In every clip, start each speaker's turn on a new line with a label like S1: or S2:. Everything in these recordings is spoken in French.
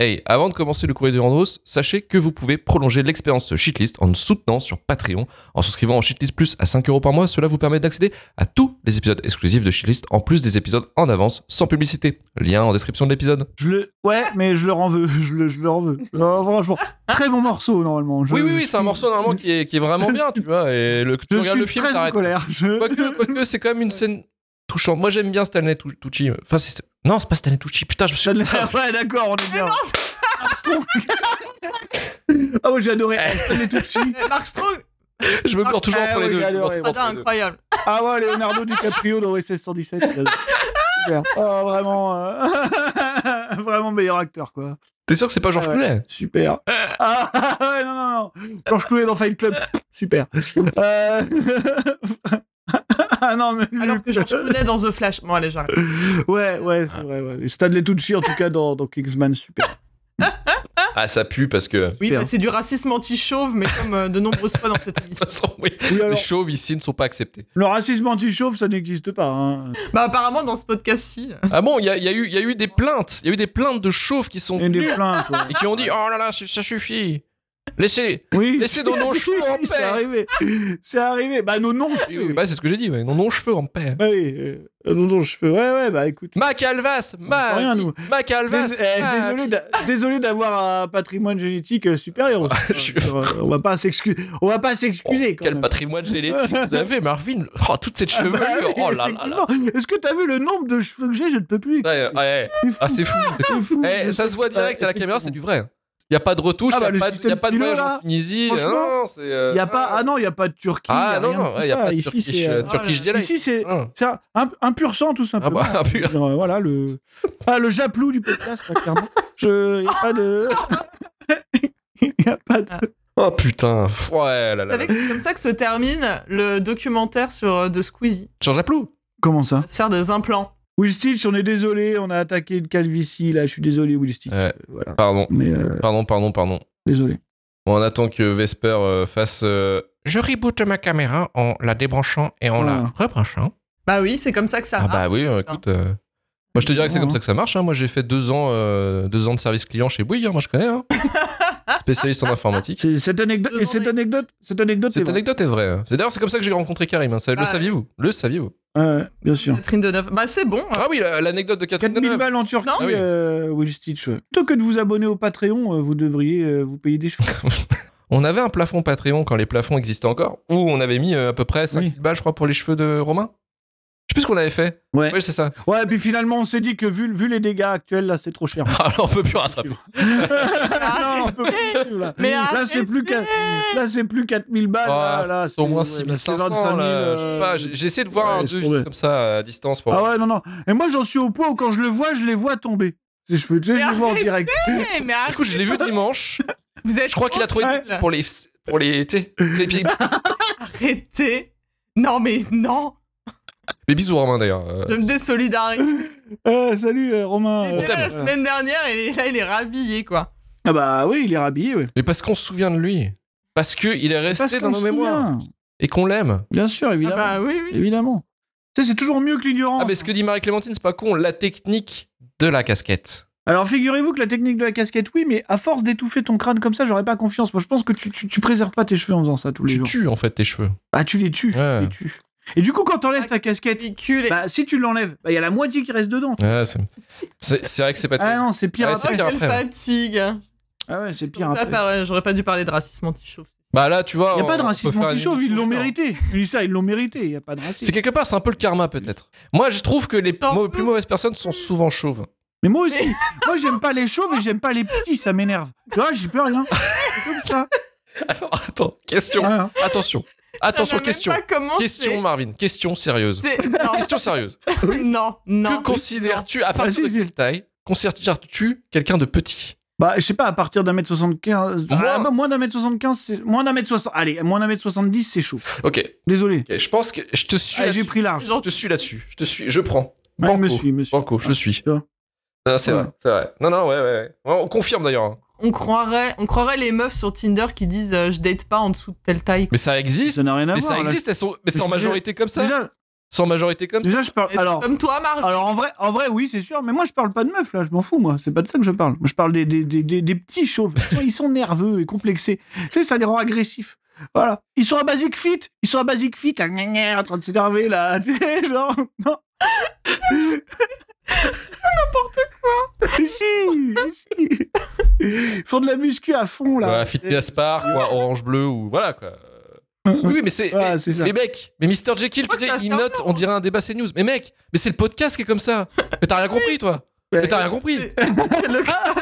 S1: Hey, avant de commencer le courrier de Randros, sachez que vous pouvez prolonger l'expérience shitlist en nous soutenant sur Patreon. En souscrivant en shitlist plus à 5 euros par mois, cela vous permet d'accéder à tous les épisodes exclusifs de shitlist en plus des épisodes en avance sans publicité. Lien en description de l'épisode.
S2: Je le... Ouais, mais je leur en veux. Je, le, je leur en veux. Oh, franchement, très bon morceau normalement. Je-
S1: oui, oui, oui,
S2: je
S1: c'est un
S2: suis-
S1: morceau normalement qui est, qui est vraiment bien, tu vois. Et le, tu
S2: Je
S1: regardes
S2: suis
S1: le film,
S2: très en
S1: t'arrêtes.
S2: colère. Je-
S1: Quoique, quoique, c'est quand même une scène touchante. Moi, j'aime bien Stanley Tou- Tucci. euh, Enfin, c'est... Non, c'est pas Stanley Tucci. Putain, je me suis...
S2: Ça ne l'a- Ouais, d'accord, on est bien. Armstrong. Ah ouais, j'ai adoré.
S1: Eh.
S2: Ça m'est tout chic.
S3: Mark Strong,
S1: Je me
S3: Ah,
S1: cours toujours
S2: ah
S1: entre les
S2: oui,
S1: deux.
S2: j'ai
S1: Je me
S2: adoré.
S1: retrouve
S3: putain,
S1: entre les deux.
S3: incroyable.
S2: Ah ouais, Leonardo DiCaprio dans OSS 117. j'adore. Super. Ah, vraiment, euh, vraiment meilleur acteur, quoi.
S1: T'es sûr que c'est pas Georges
S2: Ah ouais.
S1: Clooney
S2: Super.
S1: Eh.
S2: Ah ouais, non, non, non. Georges Clooney dans Fight Club. Super. Euh, ah non, mais.
S3: Alors que George Clooney dans The Flash. Bon, allez, j'arrête.
S2: Ouais, ouais, c'est vrai. Ouais. Et Stanley Tucci, en tout cas, dans, dans Kingsman, super.
S1: Ah, ça pue parce que. De
S3: Oui,
S2: Super.
S3: bah, c'est du racisme anti-chauve, mais comme euh, de nombreuses fois dans cette émission.
S1: toute façon, oui,
S2: Oui, alors,
S1: les chauves ici ne sont pas acceptés.
S2: le racisme anti-chauve, ça n'existe pas. Hein.
S3: Bah, apparemment, dans ce podcast-ci. euh,
S1: Ah bon, il y a, il y a eu- il y a eu des plaintes. Il y a eu des plaintes de chauves qui sont
S2: Et
S1: venues
S2: des plaintes. ouais.
S1: et qui ont dit Oh là là, ça ça suffit. Laissez.
S2: Oui.
S1: Laissez nos noms cheveux en
S2: C'est
S1: paix.
S2: arrivé. C'est arrivé. Bah, nos noms
S1: Oui,
S2: cheveux.
S1: oui,
S2: oui.
S1: bah, c'est ce que j'ai dit, ouais. non, non, cheveux en paix.
S2: Ah oui, euh, nos noms cheveux. Ouais, ouais, bah, écoute.
S1: Ma calvasse,
S2: On fait
S1: ma.
S2: rien, nous.
S1: Ma calvasse.
S2: Dés- eh,
S1: ma-
S2: désolé d'a- désolé d'avoir un patrimoine génétique euh, supérieur. aussi.
S1: Je-
S2: Euh, on va pas s'excuser. On va pas
S1: Oh,
S2: s'excuser. quand
S1: quel
S2: même.
S1: patrimoine génétique vous avez, Marvin Oh, toute cette chevelure
S2: Bah oui,
S1: Oh là là là
S2: effectivement. Est-ce que t'as vu le nombre de cheveux que j'ai Je ne peux plus.
S1: Ouais, ouais.
S2: C'est fou.
S1: Ah, c'est fou, c'est
S2: C'est fou.
S1: Eh,
S2: Je
S1: ça
S2: sais
S1: se voit
S2: pas,
S1: direct à la caméra, c'est du vrai. Il n'y a pas de retouche, il
S2: Ah bah,
S1: n'y
S2: le
S1: a, pas de-
S2: système
S1: y a pas de
S2: pileux,
S1: voyage
S2: là.
S1: en Tunisie.
S2: Franchement,
S1: non, c'est, euh,
S2: Y a pas, ah non, il n'y a pas de Turquie.
S1: Ah
S2: y a
S1: non,
S2: rien de
S1: non,
S2: tout
S1: il n'y a
S2: ça.
S1: pas de
S2: Ici,
S1: Turkish,
S2: c'est,
S1: euh,
S2: euh,
S1: Turkish
S3: oh là là.
S1: Delight.
S2: ici, c'est
S1: Hein.
S2: c'est un, un, un pur sang, tout
S1: Ah
S2: simplement.
S1: bah, un pur-
S2: Je veux dire, euh, voilà, le, ah, le japlou du podcast, là, clairement. Je, y a pas de. y a pas de.
S1: Oh putain, pff, ouais, là là.
S3: Vous savez que c'est comme ça que se termine le documentaire sur, euh, de Squeezie.
S1: Change à plou.
S2: Comment ça
S3: Se faire des implants.
S2: Will Stitch, on est désolé, on a attaqué une calvitie, là, je suis désolé, Will Stitch.
S1: Ouais.
S2: Voilà.
S1: Pardon,
S2: Mais euh,
S1: pardon, pardon, pardon.
S2: désolé.
S1: Bon, on attend que Vesper euh, fasse. euh, Je reboot ma caméra en la débranchant et en la rebranchant.
S3: Bah oui, c'est comme ça que ça
S1: Ah
S3: marche.
S1: bah oui, euh, écoute. euh, Moi, je te dirais que c'est comme ça que ça marche. hein. Moi, j'ai fait deux ans, euh, deux ans de service client chez Bouygues. hein, Moi, je connais. hein. Spécialiste en informatique.
S2: C'est- Cette anecdote,
S3: Deux
S2: et
S3: ans
S2: cette
S3: d'ex-
S2: anecdote, cette anecdote,
S1: Cette
S2: est vraie.
S1: anecdote est vraie. hein. C'est d'ailleurs c'est comme ça que j'ai rencontré Karim. hein. Ça- Le
S3: Ah ouais.
S1: saviez-vous Le saviez-vous
S2: Ouais, bien sûr.
S3: Catherine Deneuve. Bah c'est bon. hein.
S1: Ah oui, la- l'anecdote de 4000
S2: 4000 balles en Turquie,
S3: Non.
S1: Ah oui.
S2: euh, Will Stitch. ouais. Plutôt que de vous abonner au Patreon, euh, vous devriez euh, vous payer des choses.
S1: On avait un plafond Patreon quand les plafonds existaient encore, où on avait mis euh, à peu près 5000 balles, je crois, pour les cheveux de Romain. Je sais plus ce qu'on avait fait.
S2: Ouais.
S1: Oui, c'est ça.
S2: Ouais, et puis finalement, on s'est dit que vu, vu les dégâts actuels, là, c'est trop cher.
S1: Alors, Ah, on peut plus rattraper.
S2: non, on peut pas suivre, là.
S3: Mais
S2: Ah, Là, c'est
S3: arrêtez
S2: plus qu'à- Là, c'est plus 4000 balles. là,
S1: Ouais,
S2: là,
S1: Ah, Au moins
S2: ouais, là, c'est
S1: 6500.
S2: 25 000,
S1: là. Je sais
S2: euh,
S1: pas, j'ai j'ai essayé de voir
S2: ouais,
S1: un
S2: laisse
S1: devis
S2: tomber.
S1: comme ça à distance. Pour...
S2: Ah ouais, non, non. Et moi, j'en suis au point où quand je le vois, je les vois tomber. Je, je, je, les
S3: Mais
S2: vois en
S3: arrêtez
S2: direct.
S3: Eh, mais
S1: Du coup,
S3: arrête,
S1: je l'ai vu dimanche.
S3: vous êtes
S1: Je crois qu'il a trouvé
S2: Ouais.
S1: pour les. Pour les. tu sais, les pieds-
S3: arrêté. Non mais non,
S1: Mais bisous, Romain, d'ailleurs. Euh,
S3: je me désolidarise.
S2: Euh, salut, euh, Romain.
S3: Il
S1: on
S3: était là
S1: t'aime.
S3: la semaine dernière et là il est rhabillé quoi.
S2: Ah bah oui, il est rhabillé, oui.
S1: Mais parce qu'on se souvient de lui. Parce qu'il est resté
S2: Parce
S1: dans
S2: qu'on
S1: nos
S2: se
S1: mémoires.
S2: souvient.
S1: Et qu'on l'aime.
S2: Bien sûr,
S3: Ah
S2: évidemment.
S3: bah oui oui.
S2: Évidemment. Tu sais, c'est toujours mieux que l'ignorance.
S1: Ah, mais ce que dit Marie-Clémentine, c'est pas con. La technique de la casquette.
S2: Alors figurez-vous que la technique de la casquette, oui, mais à force d'étouffer ton crâne comme ça, j'aurais pas confiance. Moi, je pense que tu, tu, tu préserves pas tes cheveux en faisant ça tous les
S1: Tu
S2: jours.
S1: tues, en fait, tes cheveux.
S2: Bah, tu les tues. tu
S1: Ouais.
S2: les tues. Et du coup, quand t'enlèves ta casquette,
S3: Ridicule. et-
S2: bah, si tu l'enlèves, bah, il y a la moitié qui reste dedans.
S1: Ouais, c'est- c'est c'est vrai que c'est pas
S2: Ah
S1: terrible.
S2: non, c'est pire
S1: Ouais, c'est
S3: Oh,
S2: après.
S1: pire.
S3: quelle
S1: après, ouais.
S3: fatigue.
S2: Ah ouais, c'est pire
S3: J'aurais pas
S2: après.
S3: parlé- J'aurais pas dû parler de racisme anti-chauve.
S1: Bah là, tu vois.
S2: Il y a pas de
S1: on- on peut
S2: racisme
S1: faire
S2: anti-chauve,
S1: une
S2: ils l'ont
S1: émission.
S2: mérité. Je dis ça, ils l'ont mérité. Il y a pas de
S1: C'est
S2: racisme.
S1: quelque part, c'est un peu le karma, peut-être. Moi, je trouve que les
S3: Tant
S1: mau-
S3: mieux.
S1: plus mauvaises personnes sont souvent chauves.
S2: Mais moi aussi. moi, j'aime pas les chauves et j'aime pas les petits. Ça m'énerve. Tu vois, j'y peux rien. C'est comme ça.
S1: Alors, attends, question.
S2: Voilà.
S1: Attention.
S3: Ça
S1: Attention,
S3: n'a même
S1: question.
S3: pas commencé.
S1: Question, Marvin. Question sérieuse.
S3: C'est- Non,
S1: Question sérieuse.
S3: non, non.
S1: que considères-tu, à
S2: Vas-y,
S1: partir de
S2: vas-y.
S1: quelle taille, considères-tu quelqu'un de petit
S2: Bah, je sais pas, à partir d'un mètre 75.
S1: Moins.
S2: Ah, bah, moins d'un mètre 75, c'est. Moins d'un mètre 60. Allez, moins d'un mètre 70, c'est chaud.
S1: Ok,
S2: Désolé.
S1: ok, je pense que je te suis
S2: Ah,
S1: là-dessus.
S2: j'ai pris large.
S1: Je te suis là-dessus. Je te suis, je prends.
S2: Ouais,
S1: Banco.
S2: me suis, me suis.
S1: Banco, je suis.
S2: tu vois.
S1: Non, c'est
S2: Ouais.
S1: vrai, c'est vrai. Non, non, ouais, ouais. ouais. On confirme d'ailleurs. hein.
S3: On croirait, on croirait les meufs sur Tinder qui disent euh, je date pas en dessous de telle taille.
S1: Mais ça existe.
S2: Ça n'a rien à
S1: Mais
S2: voir.
S1: ça
S2: là.
S1: existe, elles sont. Mais c'est
S2: Mais
S1: en
S2: c'est-
S1: majorité comme ça.
S2: Déjà,
S1: sans majorité comme ça.
S2: Déjà, je parle.
S3: Et c'est
S2: Alors,
S3: Comme toi, Marc.
S2: alors en, vrai, en vrai, oui, c'est sûr. Mais moi, je parle pas de meufs, là. Je m'en fous, moi. C'est pas de ça que je parle. Moi, je parle des, des, des, des, des petits chauves. Ils sont- Ils sont nerveux et complexés. Tu sais, ça les rend agressifs. Voilà. Ils sont à basic fit. Ils sont à basic fit, là, gna gna, en train de s'énerver, là. Tu sais, genre. Non. N'importe quoi. Mais si, mais si. Ils font de la muscu à fond, là.
S1: Ouais, fitness bar, quoi, orange bleu ou voilà quoi.
S2: Euh,
S1: Oui, oui, mais c'est.
S2: Voilà,
S1: mais-
S2: c'est ça.
S1: mais mec, mais Mister Jekyll, tu
S3: crois que
S1: sais,
S3: ça
S1: il
S3: fait un
S1: note,
S3: peu,
S1: on dirait un débat CNews. Mais mec, mais c'est le podcast qui est comme ça. Mais t'as rien compris, toi. Mais t'as rien compris.
S3: le,
S2: ah.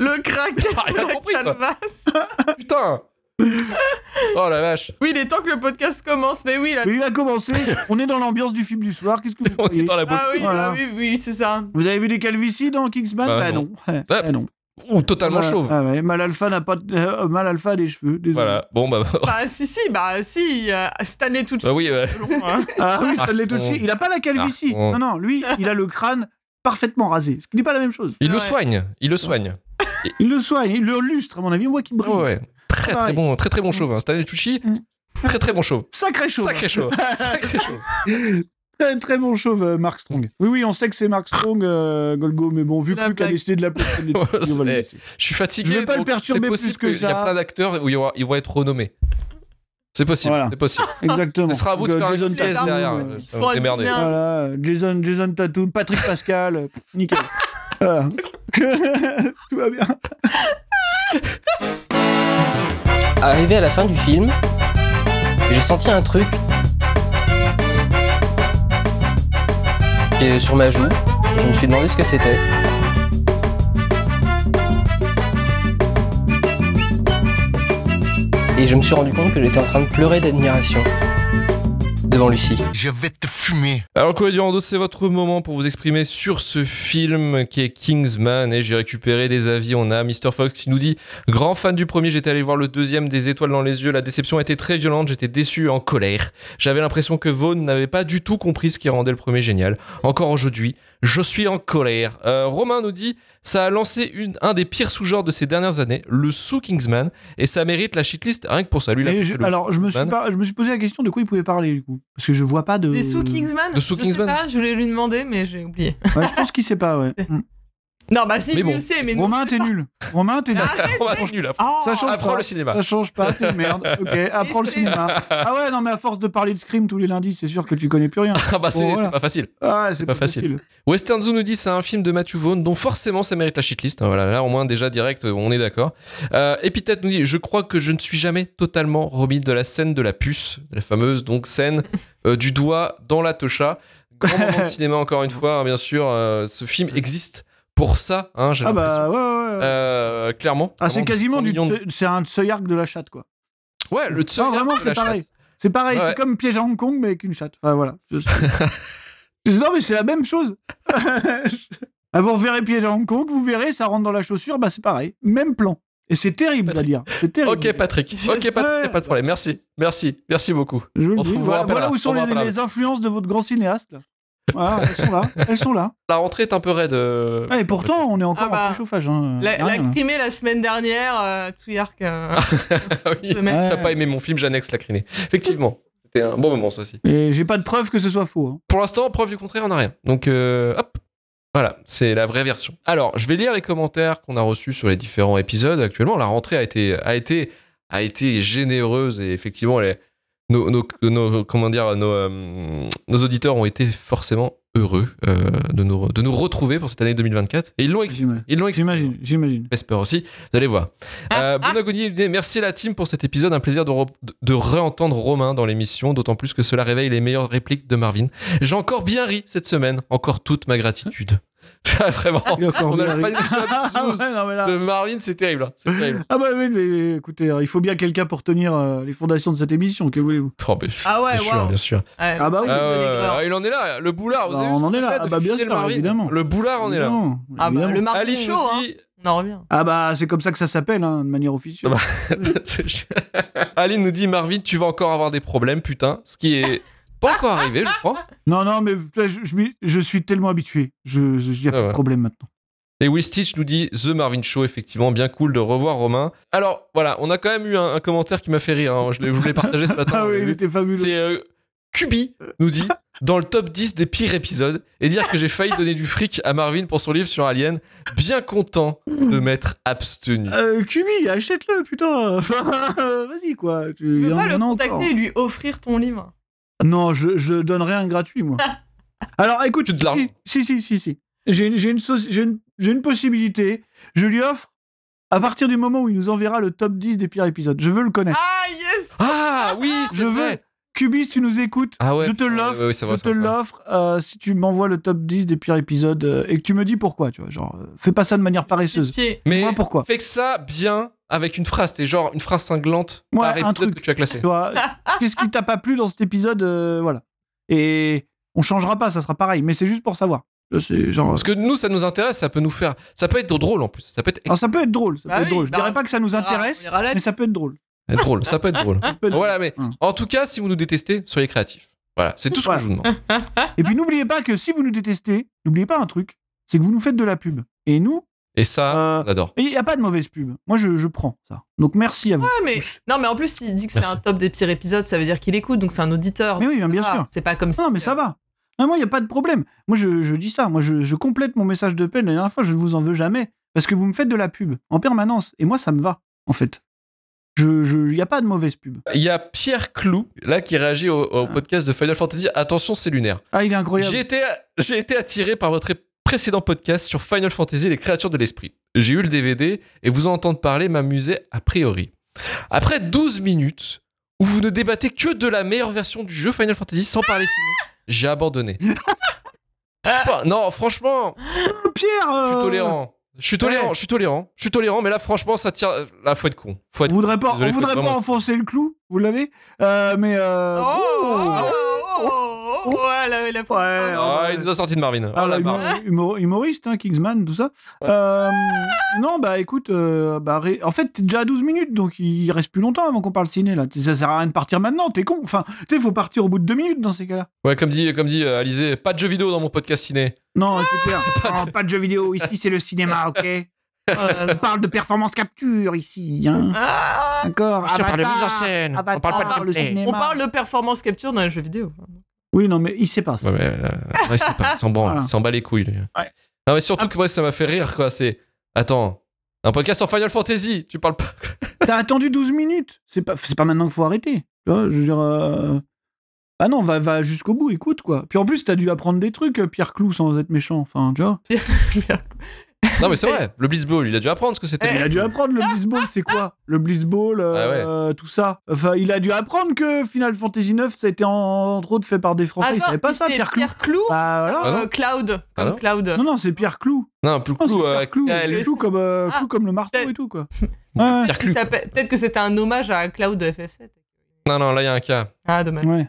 S3: le crack.
S1: Mais t'as rien compris, toi.
S3: Calvas.
S1: Putain. Oh la vache.
S3: Oui, il est temps que le podcast commence, mais oui, là.
S2: Mais il a commencé. On est dans l'ambiance du film du soir. Qu'est-ce que vous
S1: On est
S2: croyez
S1: dans la bouffe.
S3: Ah oui,
S2: Voilà.
S3: ah oui, oui, c'est ça.
S2: Vous avez vu des calvities dans Kingsman
S1: Bah,
S2: Bah,
S1: non.
S2: non. Bah, non.
S1: Ou totalement
S2: Mal-
S1: chauve.
S2: Ah ouais, Mal Alpha n'a pas de- euh, Mal Alpha a des cheveux, désolé.
S1: Voilà. Bon, bah.
S3: Bah si, si, bah si, euh, Stanley tout de
S1: Bah
S3: suite.
S1: oui, ouais.
S3: long, hein.
S2: Ah oui, ça
S1: Ah,
S2: l'est aussi.
S1: bon.
S2: Il a pas la calvitie.
S1: Ah, bon.
S2: Non non, lui, il a le crâne parfaitement rasé, ce qui n'est pas la même chose.
S1: Il le
S3: Ouais.
S1: soigne. Il le soigne.
S2: Il le soigne, il le lustre à mon avis, on voit qu'il brille.
S1: Ouais, ouais. Très, très
S2: Pareil.
S1: bon, très, très bon chauve. Hein. Stanley Tucci,
S2: Mm.
S1: très, très bon chauve.
S2: Sacré chauve. hein.
S1: Sacré chauve. Sacré chauve.
S2: Très, très bon chauve euh, Mark Strong. Oui oui, on sait que c'est Mark Strong euh, Golgo mais bon, vu
S3: La
S2: que Luc a
S3: blague.
S2: décidé de l'appeler Stanley Tucci,
S1: Ouais,
S2: on va le
S1: c'est-
S2: laisser.
S1: Je suis fatigué.
S2: Je vais pas le
S1: donc c'est
S2: perturber plus
S1: possible
S2: que
S1: Il y a
S2: ça.
S1: plein d'acteurs où ils vont, ils vont être renommés. C'est possible.
S2: Voilà.
S1: C'est possible.
S2: Exactement.
S1: Ce sera à vous de
S2: Donc, euh,
S1: faire une
S2: Jason
S1: pièce
S2: Tatum,
S1: derrière.
S2: euh,
S1: Ça va vous démerder.
S3: Extraordinaire.
S2: Voilà, Jason, Jason Tatum, Patrick Pascal, euh, nickel. Voilà. Tout va bien.
S4: Arrivé à la fin du film, j'ai senti un truc Et sur ma joue. Je me suis demandé ce que c'était. Et je me suis rendu compte que j'étais en train de pleurer d'admiration devant Lucie.
S5: Je vais te fumer.
S1: Alors, Chloé Durando, c'est votre moment pour vous exprimer sur ce film qui est Kingsman. Et j'ai récupéré des avis. On a Mr. Fox qui nous dit Grand fan du premier, j'étais allé voir le deuxième, des étoiles dans les yeux. La déception était très violente, j'étais déçu et en colère. J'avais l'impression que Vaughn n'avait pas du tout compris ce qui rendait le premier génial. Encore aujourd'hui, je suis en colère. Euh, Romain nous dit Ça a lancé une, un des pires sous-genres de ces dernières années, le sous-Kingsman. Et ça mérite la shitlist rien que pour ça. Lui, il a
S2: Mais
S1: poussé
S2: je-
S1: le
S2: alors, je me, suis
S1: Kingsman.
S2: pas, je me suis posé la question de quoi il pouvait parler, du coup. Parce que je vois pas de.
S3: Des sous Kingsman
S1: Des sous
S3: Je
S1: Kingsman.
S3: sais pas, je voulais lui demander, mais j'ai oublié.
S2: Ouais, je pense qu'il sait pas, ouais. Mm.
S3: Non, bah si,
S1: Mais
S3: mais
S1: bon.
S3: lui aussi, mais non.
S2: Romain, t'es nul. Romain, t'es nul.
S1: On va continuer, là.
S3: Oh,
S2: Ça change
S1: Apprends
S2: pas.
S1: le cinéma.
S2: Ça change pas, t'es une merde. Ok, apprends le
S3: c'est-
S2: cinéma. Ah ouais, non, mais à force de parler de Scream tous les lundis, c'est sûr que tu connais plus rien.
S1: Ah bah, c'est
S2: Bon,
S1: c'est
S2: voilà.
S1: pas facile.
S2: Ah, c'est
S1: pas
S2: pas,
S1: facile.
S2: facile.
S1: Western Zoo nous dit c'est un film de Matthew Vaughn dont forcément ça mérite la shitlist. Hein, Voilà, là au moins déjà direct, on est d'accord. Euh, Epithète nous dit je crois que je ne suis jamais totalement remis de la scène de la puce, la fameuse donc scène euh, du doigt dans la tocha. Grand moment de cinéma encore une fois, hein, bien sûr. euh, ce film existe pour ça, hein, j'ai
S2: Ah
S1: l'impression.
S2: bah, ouais, ouais. ouais.
S1: Euh, clairement.
S2: ah, c'est
S1: Avant
S2: quasiment
S1: 100
S2: du.
S1: millions de-
S2: tse- C'est un Tseuyak de la chatte, quoi.
S1: Ouais, le
S2: Ah,
S1: Tseuyak
S2: vraiment,
S1: de la
S2: c'est pareil.
S1: chatte.
S2: C'est pareil,
S1: Ouais.
S2: c'est comme piège à Hong Kong, mais avec une chatte. Enfin, voilà. Je- Je- non, mais c'est la même chose. Ah, vous reverrez piège à Hong Kong, vous verrez, ça rentre dans la chaussure, bah c'est pareil. Même plan. Et c'est terrible à dire. C'est terrible.
S1: Ok Patrick,
S3: C'est
S1: ok Patrick,
S2: ça.
S1: y a pas de problème, merci, merci, merci beaucoup.
S2: Je vous
S1: On
S2: le dis,
S1: vous
S2: voilà,
S1: rappellera.
S2: voilà où
S1: On
S2: sont
S1: vous
S2: les,
S1: rappellera.
S2: les influences de votre grand cinéaste. Là. Voilà, elles sont là, elles sont là.
S1: La rentrée est un peu raide. euh,
S2: Ah, et pourtant, on est encore
S3: Ah bah,
S2: en préchauffage. Hein.
S3: La,
S2: Rien,
S3: la
S2: hein.
S3: crimée la semaine dernière, euh, Twierk, euh,
S1: Ah oui.
S3: semaine.
S1: T'as
S2: hein. Ouais.
S1: pas aimé mon film, j'annexe la crinée. Effectivement. C'était un bon moment, ça aussi.
S2: Et j'ai pas de preuve que ce soit faux. hein.
S1: Pour l'instant, preuve du contraire, on n'a rien. Donc, euh, hop. Voilà, c'est la vraie version. Alors, je vais lire les commentaires qu'on a reçus sur les différents épisodes actuellement. La rentrée a été, a été, a été généreuse et effectivement, les, nos, nos- nos- comment dire, nos, euh, nos auditeurs ont été forcément heureux euh, de, nous, de nous retrouver pour cette année 2024. Et ils l'ont exprimé.
S2: J'imagine,
S1: Ils l'ont exprimé.
S2: J'imagine, j'imagine.
S1: J'espère aussi. Vous allez voir.
S2: Ah,
S1: Euh, Benoît Gounier, il dit, merci à la team pour cet épisode. Un plaisir de, re- de- de réentendre Romain dans l'émission, d'autant plus que cela réveille les meilleures répliques de Marvin. J'ai encore bien ri cette semaine. Encore toute ma gratitude. Ah, Vraiment.
S2: Il a encore
S1: On a
S2: bien
S1: le
S2: ri.
S1: fan
S2: Ah
S1: club Zouz
S2: ouais, non, mais là-
S1: de Marvin, c'est terrible. hein. C'est terrible.
S2: Ah bah oui, mais écoutez, il faut bien quelqu'un pour tenir euh, les fondations de cette émission, que voulez-vous
S1: Oh, mais-
S3: Ah ouais,
S1: bien sûr,
S3: waouh.
S1: bien sûr.
S2: Ah bah oui.
S1: Ah,
S3: le
S1: ouais, ouais,
S3: dénigreur.
S1: ouais, il en est là, le boulard. Vous
S2: Bah,
S1: avez vu
S2: on
S1: ce
S2: en
S1: que
S2: est
S1: ça
S2: là.
S1: fait de
S2: Ah bah, bien
S1: filer le
S2: sûr,
S1: Marvin
S2: évidemment.
S1: Le boulard, on est là.
S2: Évidemment,
S3: Ah bah,
S2: évidemment.
S3: le mardi
S1: Aline nous
S3: chaud, hein.
S1: dit-
S3: On en revient.
S2: Ah bah, c'est comme ça que ça s'appelle, hein, de manière officielle.
S1: Ah Aline nous dit Marvin, tu vas encore avoir des problèmes, putain. Ce qui est pas encore arrivé, je crois.
S2: Non, non, mais là, je, je m'y- je suis tellement habitué. Je, je, y
S1: Ah
S2: a plus
S1: ouais.
S2: de problème maintenant.
S1: Et Will Stitch nous dit The Marvin Show, effectivement, bien cool de revoir Romain. Alors voilà, on a quand même eu un, un commentaire qui m'a fait rire. hein. Je l'ai- je voulais partager ce matin.
S2: Ah
S1: vous
S2: oui,
S1: l'avez
S2: il
S1: vu.
S2: était fabuleux.
S1: C'est euh, Kubi nous dit dans le top 10 des pires épisodes et dire que j'ai failli donner du fric à Marvin pour son livre sur Alien, bien content de m'être abstenu.
S2: Euh, Cumi, achète-le, putain. Enfin, euh, vas-y, quoi. Tu
S3: Tu
S2: il y
S3: peux
S2: en
S3: pas
S2: a
S3: le
S2: encore.
S3: contacter et lui offrir ton livre.
S2: Non, je, je donne rien de gratuit, moi. Alors, écoute,
S1: Tu te larges.
S2: si, si, si, si. J'ai une, j'ai une, soci- j'ai une- j'ai une possibilité. Je lui offre, à partir du moment où il nous enverra le top 10 des pires épisodes, je veux le connaître.
S3: Ah yes
S1: Ah oui, c'est
S2: Je
S1: vrai.
S2: veux. Cubis, tu nous écoutes.
S1: Ah ouais.
S2: Je te
S1: Ouais,
S2: l'offre.
S1: ouais, ouais, c'est vrai,
S2: je
S1: c'est
S2: te
S1: vrai, c'est vrai.
S2: l'offre euh, si tu m'envoies le top 10 des pires épisodes euh, et que tu me dis pourquoi, tu vois. Genre, euh, fais pas ça de manière paresseuse.
S3: Pied.
S1: Mais
S2: Moi, pourquoi
S1: fais que ça bien avec une phrase, t'es genre une phrase cinglante
S2: Ouais,
S1: par
S2: un
S1: épisode
S2: truc.
S1: que tu as classé.
S2: Tu vois, qu'est-ce qui t'a pas plu dans cet épisode euh, Voilà. Et on changera pas, ça sera pareil, mais c'est juste pour savoir. Euh, C'est genre.
S1: Parce que nous, ça nous intéresse, ça peut nous faire, ça peut être drôle en plus, ça peut être
S2: Alors, ça peut être drôle, ça
S3: Bah
S2: peut être
S3: oui,
S2: drôle. Je
S3: bah,
S2: dirais pas que ça nous
S3: on ira-
S2: intéresse,
S3: on ira là-
S2: mais ça peut être drôle.
S1: être Eh, drôle, ça peut être drôle.
S2: Ça peut être
S1: Ah, Voilà, mais
S2: Hum.
S1: en tout cas, si vous nous détestez, soyez créatifs. Voilà, c'est tout ce que
S2: Voilà.
S1: je vous demande.
S3: Ah,
S2: drôle. Et puis n'oubliez pas que si vous nous détestez, n'oubliez pas un truc, c'est que vous nous faites de la pub. Et nous,
S1: Et ça,
S2: euh,
S1: on adore.
S2: il n'y a pas de mauvaise pub. Moi, je, je prends ça. Donc merci à vous.
S3: Ah, mais... Non mais en plus il dit que c'est
S1: Merci.
S3: un top des pires épisodes, ça veut dire qu'il écoute, donc c'est un auditeur.
S2: Mais oui, bien
S3: Ah,
S2: sûr.
S3: C'est pas comme ça.
S2: Non, mais ça va. Non, moi, il n'y a pas de problème. Moi, je, je dis ça. Moi, je, je complète mon message de peine. La dernière fois, je ne vous en veux jamais. Parce que vous me faites de la pub en permanence. Et moi, ça me va, en fait. Il je, je- y a pas de mauvaise pub.
S1: Il y a Pierre Clou, là, qui réagit au, au podcast de Final Fantasy. Attention, c'est lunaire.
S2: Ah, il est
S1: J'ai
S2: incroyable.
S1: été, j'ai été attiré par votre précédent podcast sur Final Fantasy, les créatures de l'esprit. J'ai eu le DVD et vous en entendre parler m'amusait a priori. Après 12 minutes où vous ne débattez que de la meilleure version du jeu Final Fantasy sans parler sinon, j'ai abandonné. Je sais pas, non, franchement,
S2: Pierre
S1: je suis
S2: euh,
S1: tolérant. Je suis tolérant,
S2: ouais.
S1: je suis tolérant, je suis tolérant, mais là, franchement, ça tire. Là, faut être con. Faut être
S2: On voudrait pas,
S1: Désolé,
S2: on
S1: faut
S2: voudrait
S1: être
S2: pas
S1: vraiment-
S2: enfoncer le clou, vous l'avez Euh, Mais. euh,
S3: Oh,
S2: oh.
S3: oh, oh, oh, ouais, là, il a pris-
S2: Ouais,
S3: Ah,
S1: Ah, il nous a sorti de Marvin.
S2: Ah,
S1: Ah, la
S2: là,
S1: barre.
S2: humo- humo- humoriste, hein, Kingsman, tout ça. Euh, non, bah écoute, euh, bah, ré- en fait, t'es déjà à 12 minutes, donc il reste plus longtemps avant qu'on parle ciné, là. Ça sert à rien de partir maintenant, t'es con. Enfin, tu sais, faut partir au bout de deux minutes dans ces cas-là.
S1: Ouais, comme dit, comme dit euh, Alizé, pas de jeux vidéo dans mon podcast ciné.
S2: Non, c'est clair.
S1: Pas
S2: Non, pas de jeux vidéo, ici c'est le cinéma, ok Euh, On parle de performance capture ici, hein.
S3: Ah,
S2: D'accord
S1: on parle de
S2: Avatar,
S1: mise en scène. On parle pas de
S2: Avatar, le
S1: gameplay.
S2: cinéma.
S3: on parle de performance capture dans les jeux vidéo.
S2: Oui, non, mais il sait pas ça.
S1: Ouais, mais, euh, ouais, c'est pas, il s'en branle,
S2: Voilà.
S1: il s'en bat les couilles. lui.
S2: Ouais.
S1: Non, mais surtout que moi, ça m'a fait rire, quoi. C'est. Attends, un podcast sur Final Fantasy, tu parles pas.
S2: T'as attendu 12 minutes. C'est pas, c'est pas maintenant qu'il faut arrêter. Tu vois, je veux dire. euh, Ah non, va, va jusqu'au bout, écoute quoi. Puis en plus, t'as dû apprendre des trucs, euh, Pierre Clou, sans être méchant. Enfin, tu vois.
S1: Non, mais c'est vrai, le Blitzball, il a dû apprendre ce que c'était.
S3: Eh.
S2: Il a dû apprendre le blitzball, c'est quoi Le blitzball, euh,
S1: Ah
S2: tout ça. Enfin, il a dû apprendre que Final Fantasy IX, ça a été en- entre autres fait par des Français. il
S3: Attends,
S2: savait pas
S3: il
S2: ça,
S3: s'est-
S2: Pierre Clou.
S3: Pierre Clou
S2: Bah voilà.
S1: Ah non
S3: euh, Cloud,
S1: Ah non
S3: comme Cloud.
S2: Non, non, c'est Pierre Clou.
S1: Non, plus
S2: Non, c'est
S1: clou, euh,
S2: Pierre Clou.
S1: elle-
S2: Clou comme, euh,
S3: Ah,
S2: Clou comme le marteau
S3: peut-être.
S2: et tout, quoi. Ouais,
S1: Pierre
S3: Il
S1: Clou.
S3: s'appelle- Peut-être que c'était un hommage à Cloud de FF7.
S1: Non, non, là, il y a un cas.
S3: Ah, dommage.
S2: ouais.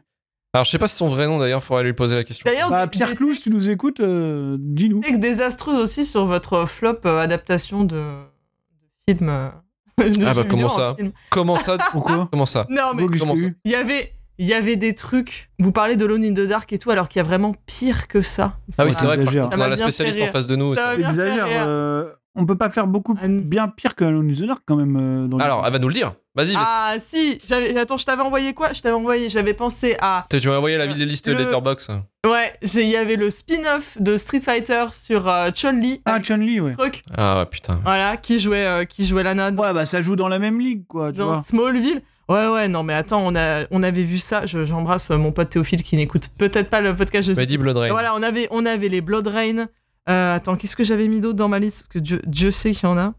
S1: Alors, je sais pas si son vrai nom, d'ailleurs, faudrait lui poser la question.
S3: D'ailleurs,
S2: Bah,
S3: des-
S2: Pierre
S3: des
S2: Clou, si tu nous écoutes, euh, dis-nous.
S3: textes désastreux aussi sur votre flop euh, adaptation de, de film. euh, de
S1: Ah bah,
S3: jeu
S1: comment
S3: vidéo en
S1: ça
S3: film.
S1: Comment ça
S2: Pourquoi
S1: Comment ça
S3: Non, mais
S2: Beau que je
S1: comment
S2: t'ai
S1: ça
S2: eu.
S3: il y avait. Il y avait des trucs, vous parlez de Lone in the Dark et tout, alors qu'il y a vraiment pire que ça.
S1: Ah oui,
S2: Ça
S1: c'est vrai, que par
S2: exagère.
S1: contre,
S3: Ça
S1: on a
S3: m'a
S1: la
S3: bien fait
S1: spécialiste en
S3: rire.
S1: face de nous.
S3: Ça
S1: aussi.
S3: m'a bien fait
S2: Exagère.
S3: rire.
S2: euh, on peut pas faire beaucoup
S3: Ah, non.
S2: bien pire que Alone in the Dark quand même. euh, dans le-
S1: Alors, elle va nous le dire. Vas-y, parce que
S3: Ah si, j'avais- attends, je t'avais envoyé quoi Je t'avais envoyé, j'avais pensé à
S1: t'as- tu m'as envoyé la vidéo liste
S3: Le-
S1: Letterbox.
S3: ouais, j'ai- il y avait le spin-off de Street Fighter sur euh, Chun-Li,
S2: Ah,
S3: avec
S2: Chun-Li, ouais.
S3: Croc,
S1: Ah ouais, putain.
S3: voilà, qui jouait euh, qui jouait Lana dans,
S2: Ouais, bah ça joue dans la même ligue, quoi, tu
S3: dans
S2: vois.
S3: Smallville. Ouais ouais, non mais attends, on a on avait vu ça, Je- j'embrasse euh, mon pote Théophile qui n'écoute peut-être pas le podcast, je sais.
S1: Mais dis Blood Rain.
S3: Voilà, on avait on avait les Blood Rain. Euh, attends, qu'est-ce que j'avais mis d'autre dans ma liste Parce que Dieu, Dieu sait qu'il y en a.